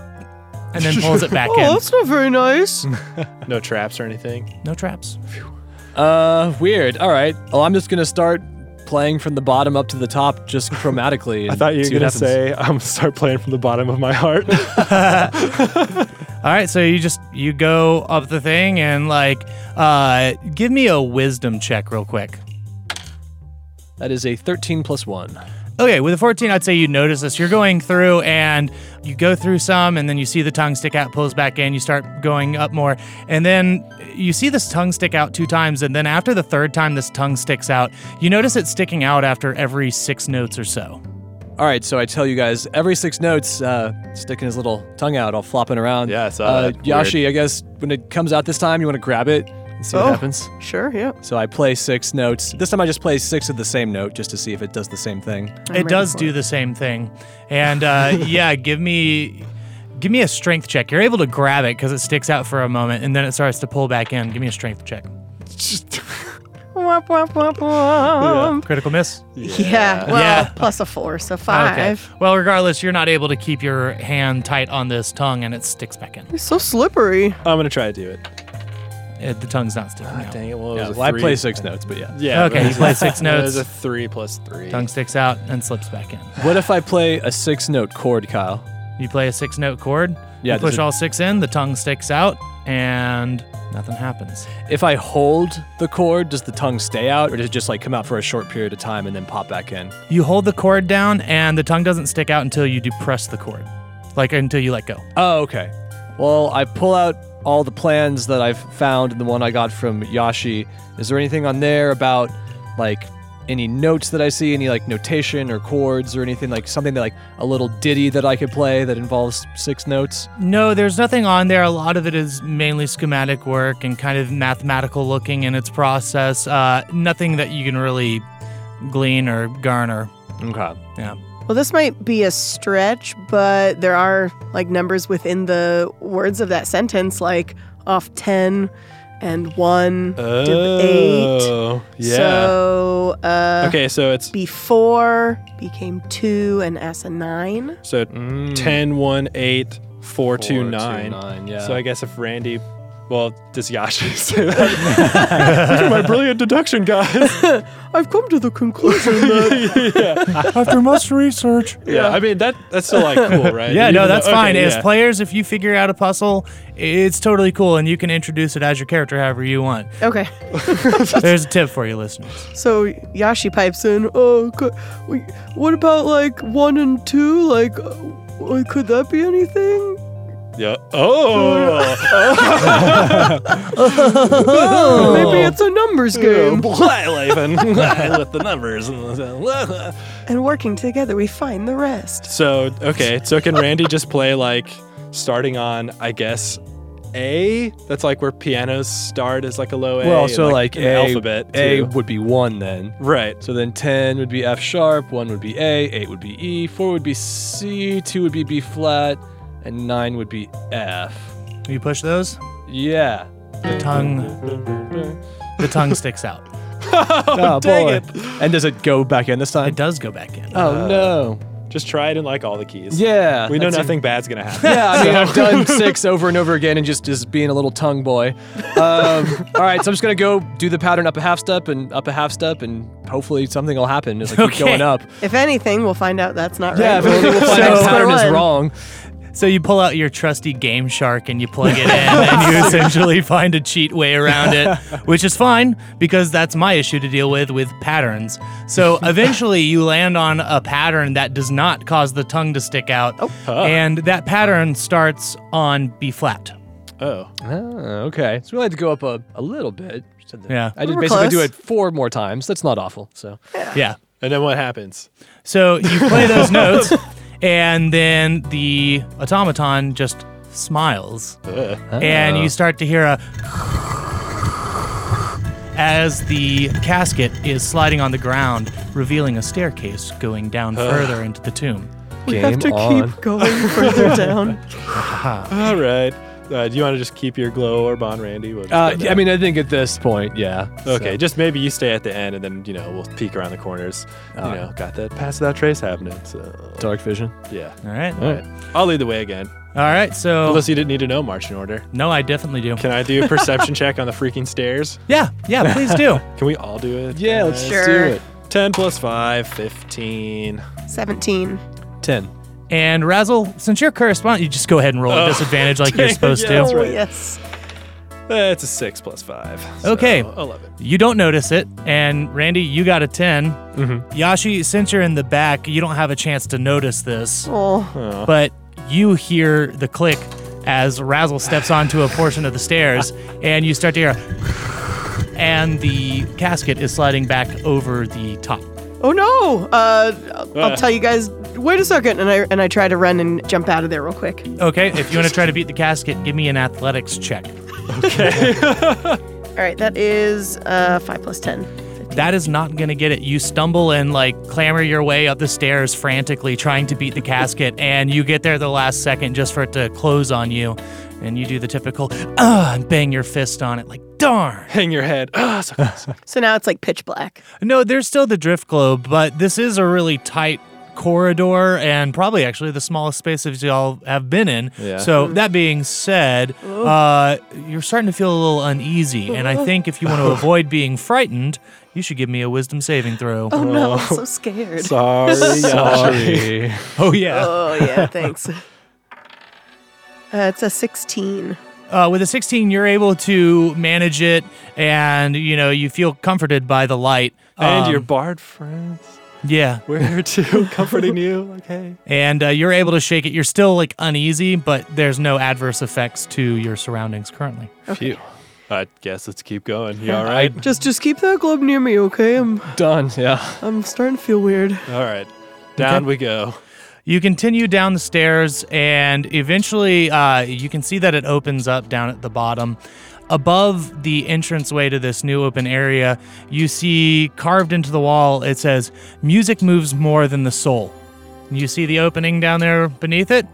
Speaker 2: and then pulls it back
Speaker 3: [laughs] oh,
Speaker 2: in.
Speaker 3: that's not very nice.
Speaker 1: No traps or anything.
Speaker 2: No traps.
Speaker 4: Uh, weird. All right. Well, I'm just gonna start playing from the bottom up to the
Speaker 1: [laughs]
Speaker 4: top, just chromatically.
Speaker 1: I thought you were gonna say I'm gonna start playing from the bottom of my heart.
Speaker 2: All right, so you just you go up the thing and like, uh, give me a wisdom check real quick.
Speaker 4: that is a 13 plus one.
Speaker 2: Okay, with a 14, I'd say you notice this. You're going through and you go through some, and then you see the tongue stick out, pulls back in, you start going up more. And then you see this tongue stick out two times, and then after the third time this tongue sticks out, you notice it sticking out after every six notes or so.
Speaker 4: All right, so I tell you guys, every six notes, uh, sticking his little tongue out, all flopping around.
Speaker 1: Yeah, I saw
Speaker 4: uh,
Speaker 1: that.
Speaker 4: Yashi, I guess when it comes out this time, you want to grab it and see
Speaker 3: Oh.
Speaker 4: what happens.
Speaker 3: Sure, yeah.
Speaker 4: So I play six notes. This time I just play six of the same note just to see if it does the same thing.
Speaker 3: I'm
Speaker 2: it
Speaker 3: ready
Speaker 2: does
Speaker 3: for
Speaker 2: do
Speaker 3: it.
Speaker 2: the same thing and uh,
Speaker 3: [laughs]
Speaker 2: yeah give me give me a strength check you're able to grab it because it sticks out for a moment and then it starts to pull back in give me a strength check
Speaker 3: Womp, womp, womp, womp.
Speaker 2: critical miss
Speaker 3: Yeah. Well,
Speaker 2: Yeah.
Speaker 3: plus a four, so five.
Speaker 2: well regardless you're not able to keep your hand tight on this tongue and it sticks back in
Speaker 3: It's so slippery.
Speaker 1: I'm gonna try to do it.
Speaker 2: It- the tongue's not sticking
Speaker 1: [laughs]
Speaker 2: out
Speaker 1: Dang it! Well, it
Speaker 4: Yeah,
Speaker 1: was a
Speaker 4: well, I
Speaker 1: three.
Speaker 4: play six notes, but yeah.
Speaker 1: [laughs] Yeah.
Speaker 2: Okay,
Speaker 1: but-
Speaker 2: you
Speaker 1: [laughs]
Speaker 2: play six
Speaker 1: It was
Speaker 2: notes.
Speaker 1: a three plus three.
Speaker 2: tongue sticks out and slips back in
Speaker 4: What if I play a six note chord, Kyle?
Speaker 2: you play a six note chord
Speaker 4: Yeah,
Speaker 2: you push
Speaker 4: does it-
Speaker 2: all six in the tongue sticks out and nothing happens
Speaker 4: If I hold the chord, does the tongue stay out or does it just like come out for a short period of time and then pop back in?
Speaker 2: You hold the cord down, and the tongue doesn't stick out until you depress the cord, like until you let go.
Speaker 4: Oh, okay. Well, I pull out all the plans that I've found and the one I got from Yashi. Is there anything on there about like any notes that I see, any like notation or chords or anything like something that like a little ditty that I could play that involves six notes?
Speaker 2: No, there's nothing on there. A lot of it is mainly schematic work and kind of mathematical looking in its process. Uh, nothing that you can really glean or garner.
Speaker 4: Okay.
Speaker 2: Yeah.
Speaker 3: Well, this might be a stretch, but there are like numbers within the words of that sentence, like off 10 and 1, div 8.
Speaker 1: Oh, yeah.
Speaker 3: So, uh,
Speaker 1: okay, so it's
Speaker 3: before became 2 and S a 9.
Speaker 1: so ten, one, eight, Mm. four, two,
Speaker 4: Four, two,
Speaker 1: nine.
Speaker 4: nine, yeah.
Speaker 1: So I guess if Randy, well, does Yashi [laughs] say that?
Speaker 4: [laughs]
Speaker 1: Look at my brilliant deduction, guys.
Speaker 3: I've come to the conclusion
Speaker 2: [laughs]
Speaker 3: [laughs]
Speaker 2: After much research.
Speaker 1: Yeah, I mean that that's still like cool, right?
Speaker 2: Yeah,
Speaker 1: Even
Speaker 2: no,
Speaker 1: though-
Speaker 2: that's
Speaker 1: okay,
Speaker 2: fine. As
Speaker 1: yeah.
Speaker 2: players, if you figure out a puzzle, it's totally cool, and you can introduce it as your character however you want.
Speaker 3: okay.
Speaker 2: There's a tip for you, listeners.
Speaker 3: So Yashi pipes in, "Oh, could, what about like one and two? Like, uh, w- could that be anything?"
Speaker 1: yeah. Oh. [laughs]
Speaker 3: Maybe
Speaker 1: Oh.
Speaker 3: it's a numbers
Speaker 1: [laughs]
Speaker 3: game.
Speaker 4: [laughs]
Speaker 1: with the numbers. [laughs]
Speaker 3: And working together, we find the rest.
Speaker 1: so okay, so can Randy just play like starting on I guess A? That's like where pianos start as like a low A.
Speaker 4: Well,
Speaker 1: and,
Speaker 4: so like,
Speaker 1: an
Speaker 4: A,
Speaker 1: alphabet.
Speaker 4: A
Speaker 1: too.
Speaker 4: would be one then.
Speaker 1: right.
Speaker 4: So then 10 would be F sharp, 1 would be A, 8 would be E, 4 would be C, 2 would be B flat, and 9 would be F.
Speaker 2: You push those.
Speaker 4: Yeah. [laughs]
Speaker 2: The tongue, the tongue sticks out.
Speaker 4: Oh,
Speaker 1: dang
Speaker 4: boy.
Speaker 1: it.
Speaker 4: And does it go back in this time?
Speaker 2: It does go back in.
Speaker 4: Oh no.
Speaker 1: Just try it in like all the keys.
Speaker 4: Yeah.
Speaker 1: We know
Speaker 4: that's-
Speaker 1: nothing bad's gonna happen.
Speaker 4: Yeah, I mean,
Speaker 1: [laughs]
Speaker 4: I've done six over and over again and just, just being a little tongue boy. Um,
Speaker 1: [laughs]
Speaker 4: all right, so I'm just going to go do the pattern up a half step and up a half step, and hopefully something will happen as I keep
Speaker 2: Okay.
Speaker 4: going up.
Speaker 3: If anything, we'll find out that's not
Speaker 4: Yeah,
Speaker 3: right. [laughs]
Speaker 1: [laughs]
Speaker 4: if anything, we'll find out the
Speaker 3: Square
Speaker 4: pattern is
Speaker 3: one.
Speaker 4: wrong.
Speaker 2: So you pull out your trusty Game Shark and you plug it in, and you essentially find a cheat way around it, which is fine because that's my issue to deal with with patterns. So eventually you land on a pattern that does not cause the tongue to stick out, and that pattern starts on B flat.
Speaker 1: Oh.
Speaker 4: [laughs] Oh, okay. So we only had to go up a, a little bit. Just had to-
Speaker 2: Yeah.
Speaker 4: I did
Speaker 3: were
Speaker 4: basically do
Speaker 3: close.
Speaker 4: it four more times. That's not awful. So
Speaker 2: Yeah.
Speaker 1: And then what happens?
Speaker 2: So you play those notes, and then the automaton just smiles,
Speaker 4: Ah.
Speaker 2: and you start to hear a as the casket is sliding on the ground, revealing a staircase going down further into the tomb.
Speaker 3: We have to keep
Speaker 1: [laughs]
Speaker 3: going further down.
Speaker 1: All right. Uh, do you want to just keep your glow or Bon Randy? We'll just
Speaker 4: Uh,
Speaker 1: go
Speaker 4: yeah, I
Speaker 1: down.
Speaker 4: mean, I think at this point, yeah.
Speaker 1: Okay,
Speaker 4: So-
Speaker 1: just maybe you stay at the end, and then you know we'll peek around the corners. you know, got that pass without trace happening. So
Speaker 4: Dark vision.
Speaker 1: yeah,
Speaker 2: All right.
Speaker 1: all right. I'll lead the way again.
Speaker 2: All right. So
Speaker 1: Unless you didn't need to know marching order.
Speaker 2: no, I definitely do.
Speaker 1: Can I do a perception check on the freaking stairs?
Speaker 2: Yeah. Yeah. Please
Speaker 1: [laughs]
Speaker 2: do.
Speaker 1: Can we all do it?
Speaker 4: Yeah, let's
Speaker 3: Sure.
Speaker 4: do it.
Speaker 1: 10 plus 5, 15.
Speaker 3: 17.
Speaker 4: 10.
Speaker 2: And Razzle, since you're cursed, why don't you just go ahead and roll at
Speaker 1: [laughs]
Speaker 2: disadvantage like you're
Speaker 1: Oh, dang,
Speaker 2: supposed
Speaker 1: yeah,
Speaker 2: to?
Speaker 1: that's right.
Speaker 3: Oh, yes.
Speaker 1: That's a 6 plus 5. so
Speaker 2: Okay.
Speaker 1: 11.
Speaker 2: You don't notice it, and Randy, you got a 10.
Speaker 1: Mm-hmm.
Speaker 2: Yashi, since you're in the back, you don't have a chance to notice this,
Speaker 3: Oh,
Speaker 2: but you hear the click as Razzle steps onto a portion of the stairs, and you start to hear, a [laughs] and the casket is sliding back over the top.
Speaker 3: oh no! Uh, I'll,
Speaker 1: Ah.
Speaker 3: I'll tell you guys. Wait a second, and I and I try to run and jump out of there real quick.
Speaker 2: Okay, if you want to try to beat the casket, give me an athletics check.
Speaker 3: All right, that is uh, five plus ten.
Speaker 2: That is not going to get it. You stumble and like clamber your way up the stairs frantically trying to beat the casket, and you get there the last second just for it to close on you. And you do the typical, ah, and bang your fist on it, like, darn.
Speaker 1: Hang your head. Ah, so
Speaker 4: [laughs]
Speaker 1: close.
Speaker 3: So now it's like pitch black.
Speaker 2: No, there's still the drift globe, but this is a really tight corridor and probably actually the smallest space that y'all have been in.
Speaker 1: Yeah.
Speaker 2: So
Speaker 3: Mm-hmm.
Speaker 2: that being said,
Speaker 3: Oh.
Speaker 2: uh, you're starting to feel a little uneasy, and I think if you want to avoid being frightened, you should give me a wisdom saving throw.
Speaker 3: Oh no, I'm so scared.
Speaker 1: Sorry, Sorry.
Speaker 2: [laughs]
Speaker 4: [laughs]
Speaker 2: oh yeah.
Speaker 3: Oh yeah, [laughs] thanks. Uh, it's a sixteen.
Speaker 2: uh, with a 16 you're able to manage it and you know you feel comforted by the light
Speaker 3: Oh.
Speaker 1: And
Speaker 2: Um,
Speaker 1: your bard friends.
Speaker 2: yeah
Speaker 1: We're here
Speaker 4: [laughs]
Speaker 1: too, comforting you. Okay.
Speaker 2: and uh, you're able to shake it you're still like uneasy but there's no adverse effects to your surroundings currently
Speaker 1: Phew. I guess let's keep going. You all right?
Speaker 3: Just just keep that globe near me, okay? I'm
Speaker 4: Done. Yeah.
Speaker 3: I'm starting to feel weird.
Speaker 1: All right. Down
Speaker 2: Okay.
Speaker 1: we go.
Speaker 2: you continue down the stairs and eventually uh, you can see that it opens up down at the bottom above the entranceway to this new open area you see carved into the wall it says music moves more than the soul you see the opening down there beneath it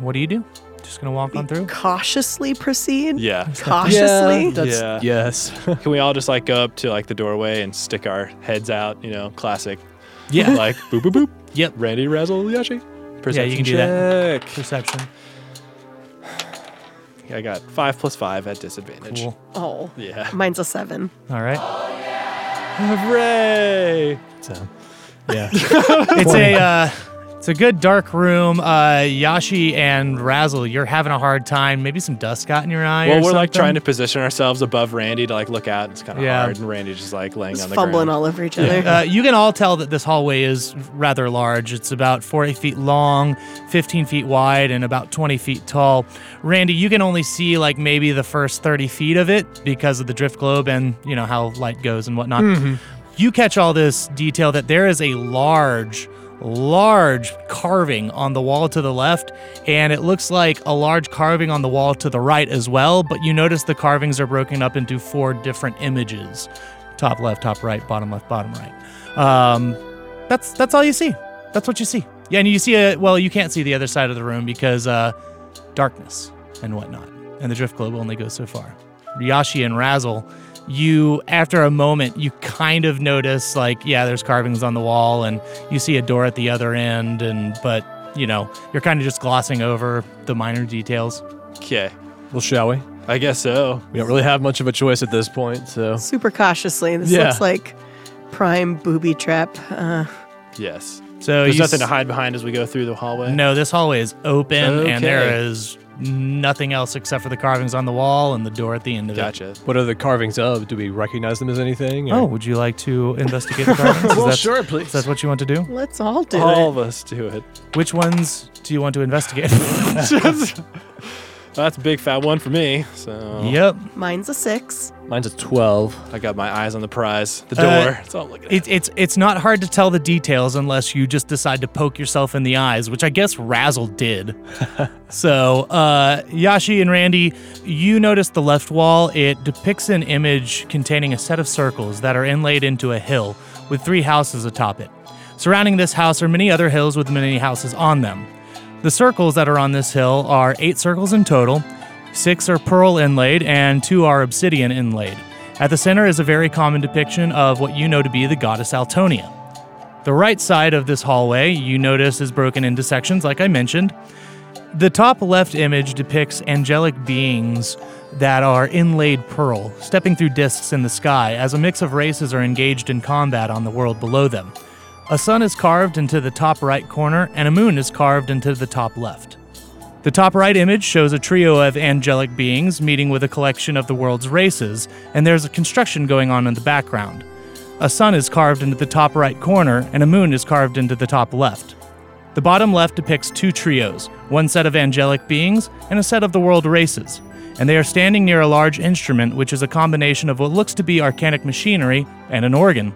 Speaker 2: what do you do just gonna walk on through
Speaker 3: Cautiously proceed.
Speaker 1: Yeah.
Speaker 3: Cautiously.
Speaker 4: Yeah, that's,
Speaker 1: Yeah.
Speaker 2: [laughs]
Speaker 4: Yes.
Speaker 1: Can we all just like go up to like the doorway and stick our heads out? You know, classic.
Speaker 2: Yeah.
Speaker 1: [laughs] Like boop boop boop.
Speaker 2: Yep.
Speaker 1: Randy Razzle Yashi.
Speaker 2: Yeah, you can do that. Perception.
Speaker 1: that. I got five plus five at disadvantage.
Speaker 2: Cool.
Speaker 3: Oh.
Speaker 1: Yeah.
Speaker 3: Mine's a seven.
Speaker 2: All right.
Speaker 1: Hooray!
Speaker 4: So, yeah.
Speaker 2: It's a uh, it's a good dark room. Uh, Yashi and Razzle, you're having a hard time. Maybe some dust got in your eye.
Speaker 1: Well,
Speaker 2: or
Speaker 1: we're like
Speaker 2: something.
Speaker 1: trying to position ourselves above Randy to like look out. and It's kind of
Speaker 2: Yeah.
Speaker 1: hard, and Randy's just like laying
Speaker 3: Just
Speaker 1: on the
Speaker 3: fumbling
Speaker 1: ground.
Speaker 3: all over each other.
Speaker 2: Uh, you can all tell that this hallway is rather large. It's about 40 feet long, 15 feet wide, and about 20 feet tall. Randy, you can only see like maybe the first 30 feet of it because of the drift globe and, you know, how light goes and whatnot. You catch all this detail that there is a large, large carving on the wall to the left, and it looks like a large carving on the wall to the right as well. But you notice the carvings are broken up into four different images top left, top right, bottom left, bottom right. Um, that's that's all you see. That's what you see. Yeah, and you see a well, you can't see the other side of the room because uh, darkness and whatnot, and the drift globe only goes so far. Yashi and Razzle, you after a moment you kind of notice like yeah, there's carvings on the wall and you see a door at the other end and but you know you're kind of just glossing over the minor details.
Speaker 1: Okay.
Speaker 4: Well, shall we?
Speaker 1: I guess so.
Speaker 4: We don't really have much of a choice at this point, so
Speaker 3: Super cautiously. This
Speaker 4: Yeah.
Speaker 3: looks like prime booby trap. Uh,
Speaker 1: Yes.
Speaker 2: So
Speaker 1: There's
Speaker 2: you
Speaker 1: nothing to
Speaker 2: s-
Speaker 1: hide behind as we go through the hallway.
Speaker 2: No, this hallway is open and there
Speaker 1: Okay.
Speaker 2: is nothing else except for the carvings on the wall and the door at the end of it.
Speaker 1: Gotcha.
Speaker 4: what are the carvings of? Do we recognize them as anything?
Speaker 2: Oh, would you like to
Speaker 1: [laughs]
Speaker 2: investigate the carvings? Is that- Is
Speaker 4: please.
Speaker 2: that what you want to do?
Speaker 3: let's all do
Speaker 1: All
Speaker 3: it.
Speaker 1: of us do it.
Speaker 2: Which ones do you want
Speaker 1: [laughs]
Speaker 2: to investigate?
Speaker 1: Well, that's a big fat one for me. So
Speaker 2: yep.
Speaker 3: Mine's a six.
Speaker 4: Mine's a twelve.
Speaker 1: I got my eyes on the prize. The door.
Speaker 2: Uh,
Speaker 1: it's all looking.
Speaker 2: It, it's it's not hard to tell the details unless you just decide to poke yourself in the eyes, which I guess Razzle did. so uh, Yashi and Randy, you notice the left wall. It depicts an image containing a set of circles that are inlaid into a hill with three houses atop it. Surrounding this house are many other hills with many houses on them. The circles that are on this hill are eight circles in total. Six are pearl inlaid, and two are obsidian inlaid. At the center is a very common depiction of what you know to be the goddess Altonia. The right side of this hallway, you notice, is broken into sections, like I mentioned. The top left image depicts angelic beings that are inlaid pearl, stepping through discs in the sky as a mix of races are engaged in combat on the world below them. A sun is carved into the top right corner, and a moon is carved into the top left. The top right image shows a trio of angelic beings meeting with a collection of the world's races, and there's a construction going on in the background. A sun is carved into the top right corner, and a moon is carved into the top left. The bottom left depicts two trios one set of angelic beings and a set of the world races, and they are standing near a large instrument which is a combination of what looks to be arcanic machinery and an organ.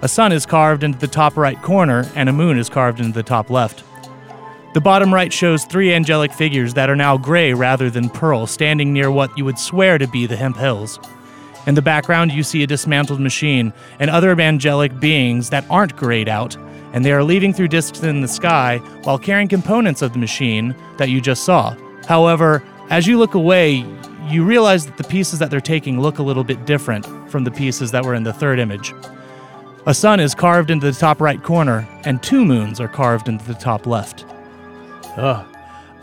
Speaker 2: A sun is carved into the top right corner, and a moon is carved into the top left. The bottom right shows three angelic figures that are now gray rather than pearl, standing near what you would swear to be the Hemp Hills. In the background, you see a dismantled machine and other angelic beings that aren't grayed out, and they are leaving through discs in the sky while carrying components of the machine that you just saw. However, as you look away, you realize that the pieces that they're taking look a little bit different from the pieces that were in the third image. A sun is carved into the top right corner, and two moons are carved into the top left.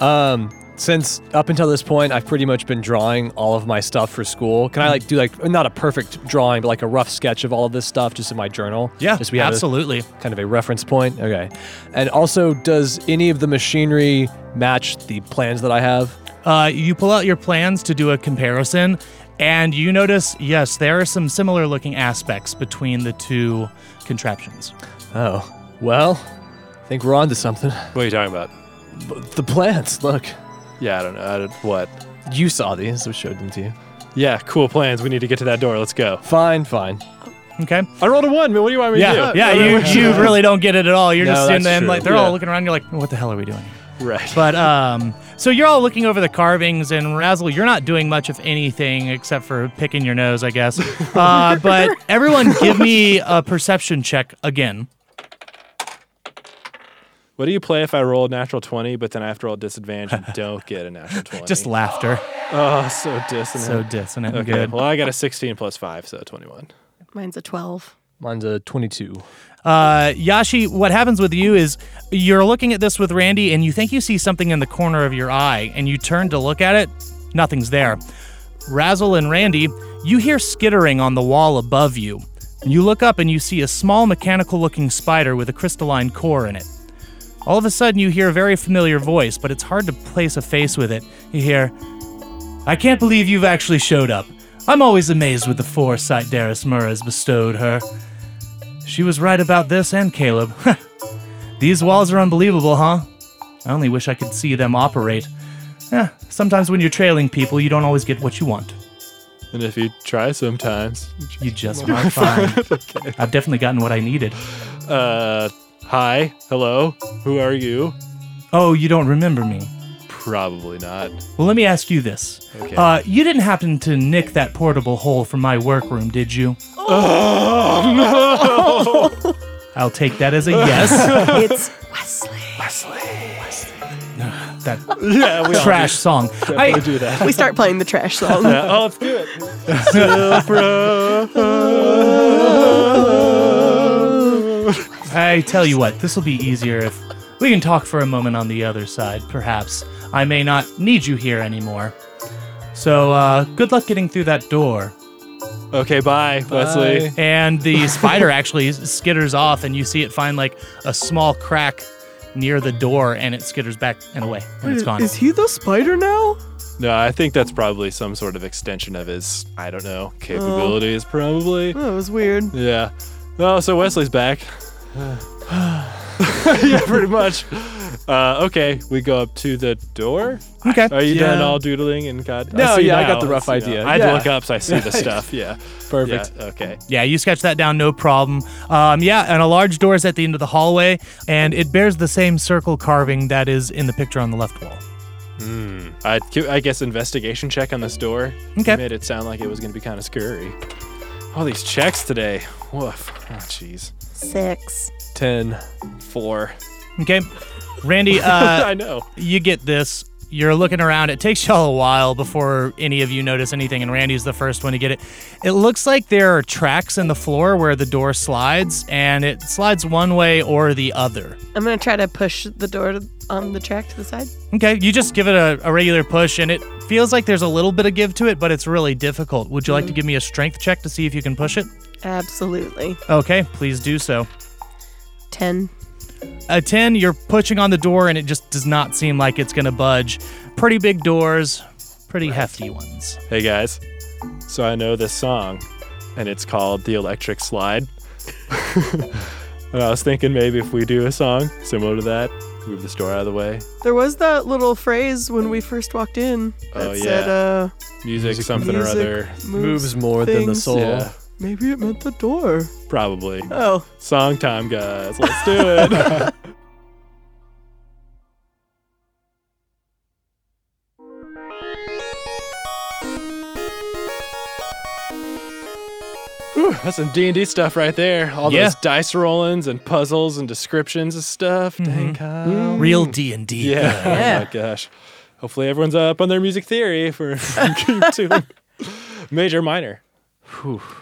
Speaker 4: Um, since up until this point, I've pretty much been drawing all of my stuff for school. Can I like do like not a perfect drawing, but like a rough sketch of all of this stuff just in my journal? just we have a-
Speaker 2: absolutely.
Speaker 4: kind of a reference point. Okay, and also, does any of the machinery match the plans that I have?
Speaker 2: Uh, you pull out your plans to do a comparison, and you notice yes, there are some similar looking aspects between the two contraptions.
Speaker 4: Oh, well, I think we're on to something.
Speaker 1: what are you talking about?
Speaker 4: But the plans, look,
Speaker 1: Yeah, I don't know. I don't, what?
Speaker 4: you saw these. I showed them to you.
Speaker 1: Yeah, cool plans. We need to get to that door. Let's go.
Speaker 4: Fine, fine.
Speaker 2: Okay.
Speaker 1: I rolled a one, man. What do you want me
Speaker 2: Yeah,
Speaker 1: to do?
Speaker 2: yeah. You you really don't get it at all. You're
Speaker 4: No,
Speaker 2: just in
Speaker 4: that's
Speaker 2: there, and
Speaker 4: true.
Speaker 2: like they're
Speaker 1: Yeah.
Speaker 2: all looking around. You're like, what the hell are we doing? here?"
Speaker 1: Right.
Speaker 2: But um, so you're all looking over the carvings, and Razzle, you're not doing much of anything except for picking your nose, I guess. Uh, but everyone, give me a perception check again.
Speaker 1: [laughs] What do you play if I roll a natural 20, but then I have to roll disadvantage [laughs] and don't get a natural 20?
Speaker 2: Just laughter.
Speaker 1: oh, so dissonant.
Speaker 2: So dissonant. and
Speaker 1: okay.
Speaker 2: Good.
Speaker 1: Well, I got a 16 plus 5, so 21.
Speaker 3: Mine's a 12.
Speaker 4: Mine's a 22.
Speaker 2: Uh, Yashi, what happens with you is you're looking at this with Randy and you think you see something in the corner of your eye and you turn to look at it, nothing's there. Razzle and Randy, you hear skittering on the wall above you. You look up and you see a small mechanical looking spider with a crystalline core in it. All of a sudden, you hear a very familiar voice, but it's hard to place a face with it. You hear, I can't believe you've actually showed up. I'm always amazed with the foresight Darius Murr has bestowed her. She was right about this and Caleb. [laughs] These walls are unbelievable, huh? I only wish I could see them operate. Eh, sometimes when you're trailing people, you don't always get what you want.
Speaker 1: And if you try sometimes.
Speaker 2: You
Speaker 1: [laughs]
Speaker 2: just might find. I've definitely gotten what I needed.
Speaker 1: Uh, hi. Hello. Who are you?
Speaker 2: Oh, you don't remember me.
Speaker 1: Probably not.
Speaker 2: Well, let me ask you this.
Speaker 1: Okay.
Speaker 2: Uh, you didn't happen to nick that portable hole from my workroom, did you? Oh,
Speaker 1: Oh, [laughs]
Speaker 2: no! I'll take that as a yes.
Speaker 3: It's Wesley.
Speaker 2: that
Speaker 1: [laughs] yeah, we all
Speaker 2: trash song. I,
Speaker 1: do that. [laughs]
Speaker 3: We start playing the trash song.
Speaker 1: Oh, let's do it. [laughs] Silver.
Speaker 2: I tell you what, this will be easier if we can talk for a moment on the other side, perhaps. I may not need you here anymore. So, uh, good luck getting through that door.
Speaker 1: Okay, bye, Wesley.
Speaker 2: And the spider actually skitters off, and you see it find like a small crack near the door, and it skitters back and away, and it's gone.
Speaker 4: he the spider now?
Speaker 1: No, I think that's probably some sort of extension of his, I don't know,
Speaker 4: Oh.
Speaker 1: capabilities, probably.
Speaker 3: That was weird.
Speaker 1: Yeah. Oh, so Wesley's back. [sighs] [laughs] yeah, pretty much. Uh, okay, we go up to the door.
Speaker 2: Okay.
Speaker 1: Are you
Speaker 4: Yeah.
Speaker 1: done all doodling and God? I
Speaker 4: No,
Speaker 1: see
Speaker 4: yeah, I
Speaker 1: now.
Speaker 4: got the rough
Speaker 1: I see now.
Speaker 4: idea.
Speaker 1: I had to
Speaker 4: Yeah.
Speaker 1: look up, so I
Speaker 4: [laughs]
Speaker 1: see the stuff. Yeah.
Speaker 4: Perfect.
Speaker 1: Yeah, okay.
Speaker 2: Yeah, you sketch that down, no problem. Um, yeah, and a large door is at the end of the hallway, and it bears the same circle carving that is in the picture on the left wall.
Speaker 1: I, I guess investigation check on this door.
Speaker 2: Okay.
Speaker 1: You made it sound like it was going to be kind of scary. All these checks today. Woof. Oh, jeez.
Speaker 3: Six.
Speaker 4: Ten.
Speaker 1: Four.
Speaker 2: Okay,
Speaker 1: [laughs]
Speaker 2: Randy, uh,
Speaker 1: I know.
Speaker 2: you get this. You're looking around. It takes [laughs] y'all a while before any of you notice anything, and Randy's the first one to get it. It looks like there are tracks in the floor where the door slides, and it slides one way or the other.
Speaker 3: I'm gonna try to push the door to, on the track to the side.
Speaker 2: Okay, you just give it a, a regular push, and it feels like there's a little bit of give to it, but it's really difficult. Would you like to give me a strength check to see if you can push it?
Speaker 3: Absolutely.
Speaker 2: Okay, please do so.
Speaker 3: Ten.
Speaker 2: A 10, you're pushing on the door, and it just does not seem like it's going to budge. Pretty big doors, pretty hefty ones.
Speaker 1: Hey, guys. So I know this song, and it's called The Electric Slide. [laughs] and I was thinking maybe if we do a song similar to that, move this door out of the way.
Speaker 3: There was that little phrase when we first walked in that
Speaker 1: Oh,
Speaker 3: said,
Speaker 1: yeah.
Speaker 3: uh,
Speaker 1: Music, something
Speaker 3: music
Speaker 1: or other.
Speaker 3: moves.
Speaker 4: Moves more than the
Speaker 3: things.
Speaker 4: soul.
Speaker 1: Yeah.
Speaker 3: Maybe it meant the door.
Speaker 1: Probably.
Speaker 3: Oh.
Speaker 1: Song time, guys. Let's do it.
Speaker 4: [laughs]
Speaker 1: Whew, that's some D and D stuff right there. All
Speaker 2: Yeah.
Speaker 1: those dice rollings and puzzles and descriptions of stuff. Dang,
Speaker 4: Mm-hmm.
Speaker 1: Kyle.
Speaker 2: Real D&D.
Speaker 1: Yeah.
Speaker 3: Yeah.
Speaker 1: Oh my gosh. Hopefully everyone's up on their music theory for [laughs] keep to major minor.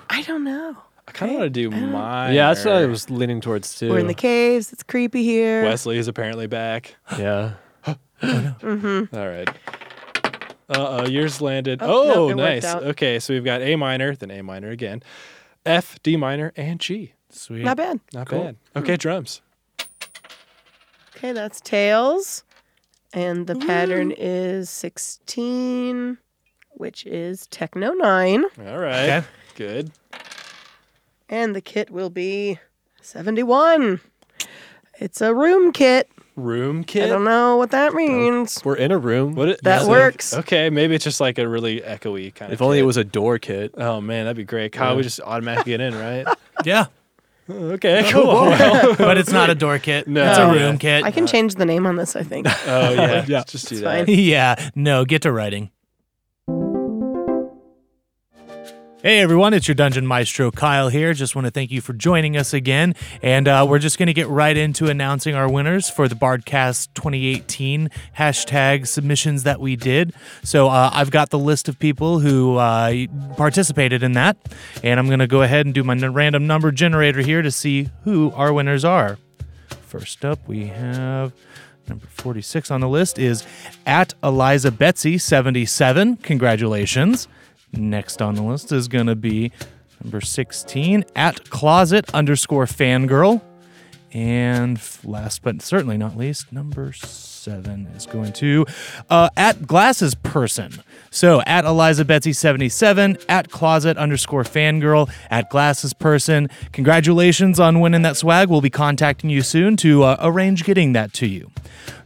Speaker 3: I don't know.
Speaker 1: I kind of want to do minor.
Speaker 4: Yeah, that's what I was leaning towards too.
Speaker 3: We're in the caves. It's creepy here.
Speaker 1: Wesley is apparently back.
Speaker 4: yeah.
Speaker 1: All right. Uh oh, yours landed.
Speaker 3: no,
Speaker 1: Oh,
Speaker 3: it worked
Speaker 1: nice.
Speaker 3: out.
Speaker 1: Okay, so we've got A minor, then A minor again, F, D minor, and G.
Speaker 2: Sweet.
Speaker 3: Not bad.
Speaker 1: Not bad.
Speaker 3: Hmm.
Speaker 1: Okay, drums.
Speaker 3: Okay, that's tails. And the pattern is 16, which is Techno 9.
Speaker 1: All right.
Speaker 2: Okay.
Speaker 1: Good.
Speaker 3: And the kit will be 71. It's a room kit.
Speaker 1: Room
Speaker 3: I
Speaker 1: kit.
Speaker 3: don't know what that means.
Speaker 4: We're in a room.
Speaker 1: What it,
Speaker 3: um, That
Speaker 1: so-
Speaker 3: works.
Speaker 1: Okay, maybe it's just like a really echoey kind
Speaker 4: If
Speaker 1: of.
Speaker 4: only it
Speaker 1: kit.
Speaker 4: was a door kit.
Speaker 1: Oh man, that'd be great. Kyle, we just automatically get in, right?
Speaker 2: Yeah.
Speaker 1: okay, cool. Well,
Speaker 2: But it's not a door kit.
Speaker 1: No.
Speaker 2: It's a
Speaker 1: Yeah.
Speaker 2: room kit. [laughs]
Speaker 3: I can change the name on this, I think.
Speaker 1: oh yeah, just do that.
Speaker 3: fine.
Speaker 2: yeah, no, get to writing. Hey everyone, it's your Dungeon Maestro Kyle here. Just want to thank you for joining us again. And uh, we're just going to get right into announcing our winners for the Bardcast 2018 hashtag submissions that we did. So uh, I've got the list of people who uh, participated in that. And I'm going to go ahead and do my n- random number generator here to see who our winners are. First up, we have number 46 on the list is at Eliza Betsy 77. Congratulations. Next on the list is going to be number 16 at closet underscore fangirl. And f- last but certainly not least, number seven is going to uh, at glasses person. So at Eliza Betsy 77, at closet underscore fangirl, at glasses person. Congratulations on winning that swag. We'll be contacting you soon to uh, arrange getting that to you.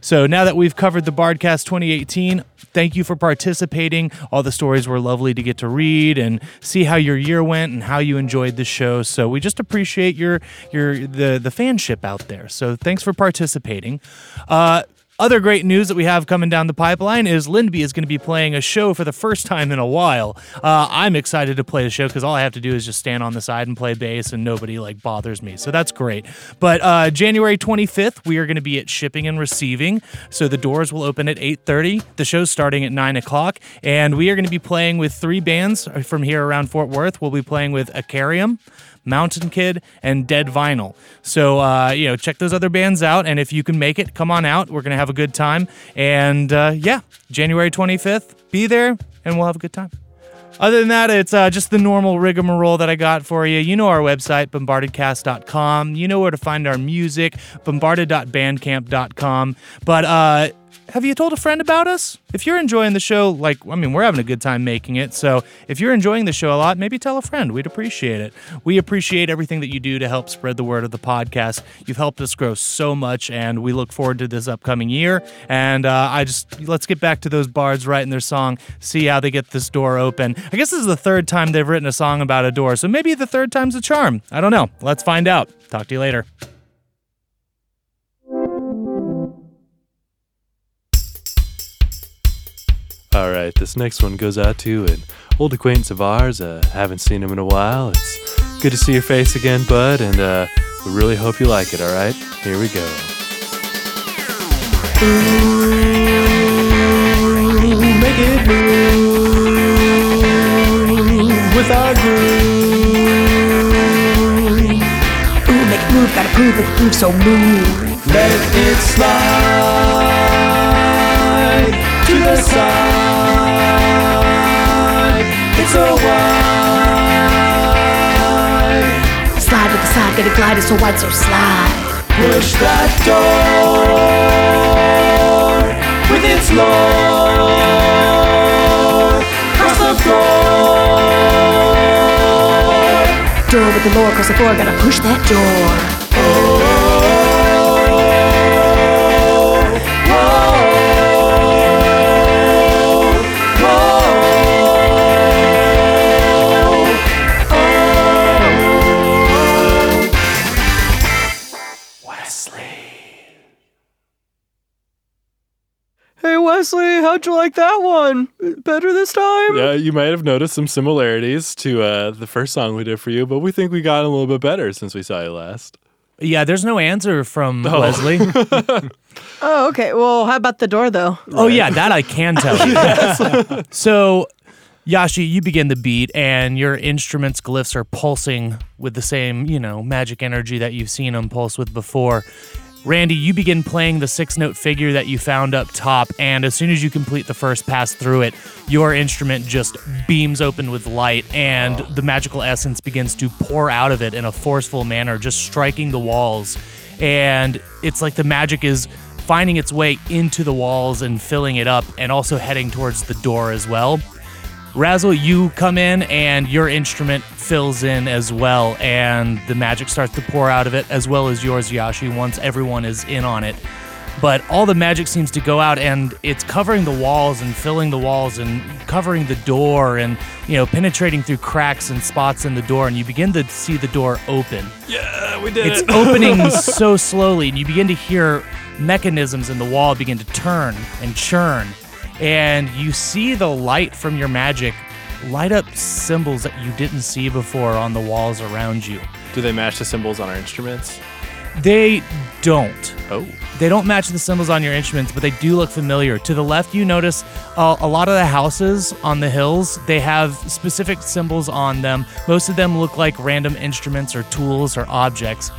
Speaker 2: So now that we've covered the Bardcast 2018, thank you for participating. All the stories were lovely to get to read and see how your year went and how you enjoyed the show. So we just appreciate your your the the fanship out there. So thanks for participating. Uh, Other great news that we have coming down the pipeline is Lindby is going to be playing a show for the first time in a while. Uh, I'm excited to play the show because all I have to do is just stand on the side and play bass, and nobody like bothers me. So that's great. But uh, January 25th, we are going to be at Shipping and Receiving. So the doors will open at 8:30. The show's starting at 9 o'clock, and we are going to be playing with three bands uh, from here around Fort Worth. We'll be playing with Acarium. Mountain Kid, and Dead Vinyl. So, uh, you know, check those other bands out. And if you can make it, come on out. We're going to have a good time. And uh, yeah, January 25th, be there and we'll have a good time. Other than that, it's uh, just the normal rigmarole that I got for you. You know our website, bombardedcast.com. You know where to find our music, bombarded.bandcamp.com. But uh, have you told a friend about us? If you're enjoying the show, like, I mean, we're having a good time making it. So if you're enjoying the show a lot, maybe tell a friend. We'd appreciate it. We appreciate everything that you do to help spread the word of the podcast. You've helped us grow so much, and we look forward to this upcoming year. And uh, I just, let's get back to those bards writing their song, see how they get this door open. I guess this is the third time they've written a song about a door. So maybe the third time's a charm. I don't know. Let's find out. Talk to you later.
Speaker 1: All right, this next one goes out to an old acquaintance of ours. Uh, haven't seen him in a while. It's good to see your face again, bud, and uh, we really hope you like it, all right? Here we go. make it move with our
Speaker 5: Ooh, make it move, gotta prove it, move, so move.
Speaker 1: Let it slide to the side. It's a wide.
Speaker 5: Slide to the side, get it glide, it's so wide, so slide.
Speaker 1: Push that door with its lore. Cross the floor.
Speaker 5: Door with the lore, cross the floor, gotta push that door.
Speaker 3: Hey Wesley, how'd you like that one? Better this time?
Speaker 1: Yeah, Uh, you might have noticed some similarities to uh, the first song we did for you, but we think we got a little bit better since we saw you last.
Speaker 2: Yeah, there's no answer from Leslie.
Speaker 3: Oh, okay. Well, how about the door though?
Speaker 2: Oh yeah, that I can tell you. so, Yashi, you begin the beat, and your instruments' glyphs are pulsing with the same, you know, magic energy that you've seen them pulse with before. Randy, you begin playing the six-note figure that you found up top, and as soon as you complete the first pass through it, your instrument just beams open with light, and the magical essence begins to pour out of it in a forceful manner, just striking the walls. And it's like the magic is finding its way into the walls and filling it up, and also heading towards the door as well. Razzle, you come in and your instrument fills in as well, and the magic starts to pour out of it, as well as yours, Yashi, once everyone is in on it. But all the magic seems to go out, and it's covering the walls and filling the walls and covering the door and, you know, penetrating through cracks and spots in the door, and you begin to see the door open
Speaker 1: Yeah, we did
Speaker 2: it's opening so slowly, and you begin to hear mechanisms in the wall begin to turn and churn, and you see the light from your magic light up symbols that you didn't see before on the walls around you.
Speaker 1: Do they match the symbols on our instruments?
Speaker 2: They don't.
Speaker 1: Oh.
Speaker 2: They don't match the symbols on your instruments, but they do look familiar. To the left, you notice uh, a lot of the houses on the hills, they have specific symbols on them. Most of them look like random instruments or tools or objects.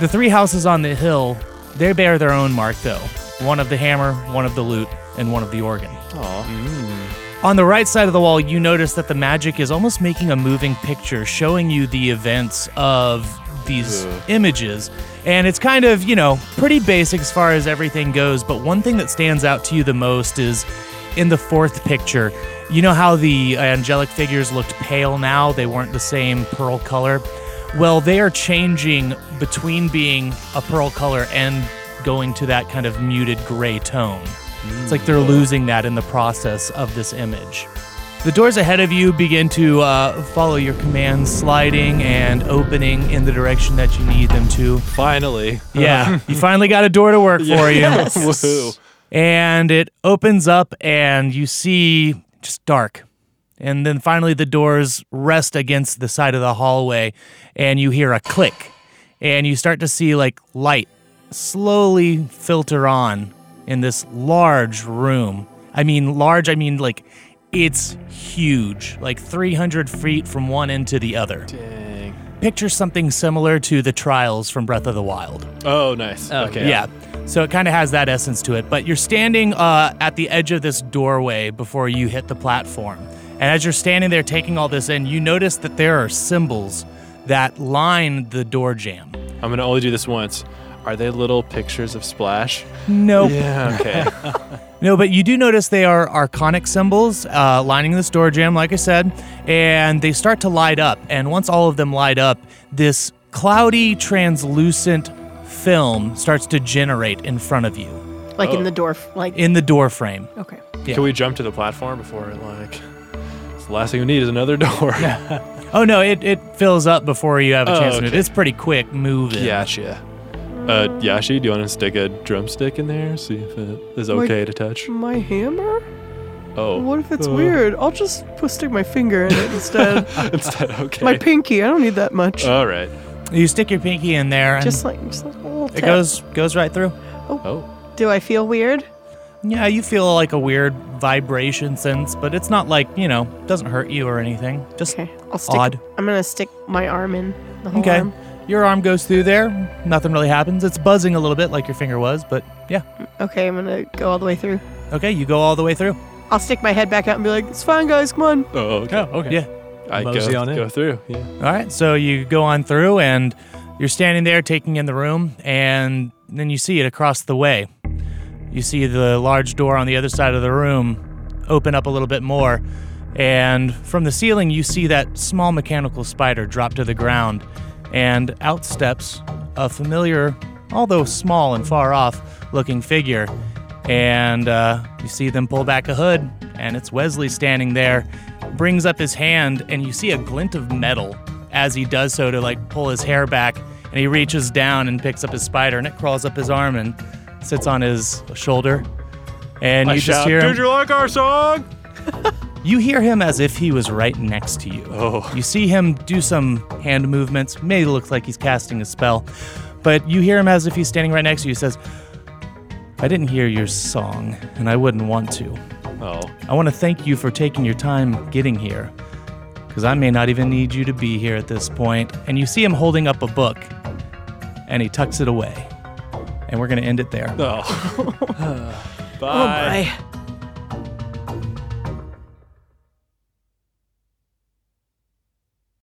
Speaker 2: The three houses on the hill, they bear their own mark, though one of the hammer, one of the lute, and one of the organ. On the right side of the wall, you notice that the magic is almost making a moving picture, showing you the events of these images. And it's kind of, you know, pretty basic as far as everything goes, but one thing that stands out to you the most is in the fourth picture. You know how the angelic figures looked pale now? They weren't the same pearl color. Well, they are changing between being a pearl color and going to that kind of muted gray tone. It's like they're losing that in the process of this image. The doors ahead of you begin to uh, follow your commands, sliding and opening in the direction that you need them to.
Speaker 1: Finally.
Speaker 2: Yeah, you finally got a door to work for you.
Speaker 1: Woohoo.
Speaker 2: and it opens up and you see just dark. And then finally the doors rest against the side of the hallway and you hear a click and you start to see like light slowly filter on in this large room. I mean large, I mean like it's huge, like 300 feet from one end to the other.
Speaker 1: Dang.
Speaker 2: Picture something similar to the trials from Breath of the Wild.
Speaker 1: Oh, nice. okay.
Speaker 2: Yeah. So it kind of has that essence to it. But you're standing uh, at the edge of this doorway before you hit the platform. And as you're standing there taking all this in, you notice that there are symbols that line the door jamb.
Speaker 1: I'm gonna only do this once. Are they little pictures of Splash?
Speaker 2: Nope.
Speaker 1: Yeah. [laughs] Okay.
Speaker 2: No, but you do notice they are arconic symbols uh, lining this door jam, like I said, and they start to light up. And once all of them light up, this cloudy, translucent film starts to generate in front of you
Speaker 3: Like
Speaker 1: Oh.
Speaker 3: in the door, f- like
Speaker 2: in the door frame.
Speaker 3: okay.
Speaker 2: Yeah.
Speaker 1: Can we jump to the platform before it like? it's The last thing we need is another [laughs] door. Yeah.
Speaker 2: Oh no, it, it fills up before you have a
Speaker 1: Oh,
Speaker 2: chance to move.
Speaker 1: okay.
Speaker 2: It's pretty quick moving.
Speaker 1: Gotcha. Uh, Yashi, do you want to stick a drumstick in there? See if it is
Speaker 3: Like-
Speaker 1: okay to touch.
Speaker 3: My hammer?
Speaker 1: Oh.
Speaker 3: What if it's
Speaker 1: Uh,
Speaker 3: weird? I'll just put, stick my finger in it
Speaker 2: [laughs]
Speaker 3: instead.
Speaker 1: [laughs] Instead, okay.
Speaker 3: my pinky. I don't need that much.
Speaker 2: Uh,
Speaker 1: All right.
Speaker 2: You stick your pinky in there and
Speaker 3: just like just like a little
Speaker 2: it
Speaker 3: tap.
Speaker 2: goes goes right through.
Speaker 1: Oh.
Speaker 3: Do I feel weird?
Speaker 2: Yeah, you feel like a weird vibration sense, but it's not like, you know, doesn't hurt you or anything. Just
Speaker 3: Okay, I'll stick.
Speaker 2: Odd.
Speaker 3: I'm gonna stick my arm in the whole
Speaker 2: Okay.
Speaker 3: arm.
Speaker 2: Your arm goes through there. Nothing really happens. It's buzzing a little bit like your finger was, but yeah.
Speaker 3: Okay, I'm gonna go all the way through.
Speaker 2: Okay, you go all the way through.
Speaker 3: I'll stick my head back out and be like, "It's fine, guys. Come on."
Speaker 1: Oh. Okay.
Speaker 2: okay. Yeah.
Speaker 1: I go,
Speaker 4: Mosey on in.
Speaker 1: go through. Yeah.
Speaker 2: All right, so you go on through and you're standing there taking in the room, and then you see it across the way. You see the large door on the other side of the room open up a little bit more, and from the ceiling, you see that small mechanical spider drop to the ground, and out steps a familiar, although small and far off looking figure. And uh, you see them pull back a hood, and it's Wesley standing there, brings up his hand, and you see a glint of metal as he does so to like pull his hair back. And he reaches down and picks up his spider, and it crawls up his arm and sits on his shoulder. And
Speaker 1: I
Speaker 2: you just
Speaker 1: shout,
Speaker 2: hear him,
Speaker 1: Did you like our song?
Speaker 2: you hear him as if he was right next to you.
Speaker 1: Oh.
Speaker 2: You see him do some hand movements. Maybe it looks like he's casting a spell, but you hear him as if he's standing right next to you. He says, I didn't hear your song, and I wouldn't want to.
Speaker 1: Oh.
Speaker 2: I want to thank you for taking your time getting here, because I may not even need you to be here at this point. And you see him holding up a book, and he tucks it away. And we're going to end it there.
Speaker 1: Oh. Bye.
Speaker 3: Oh my.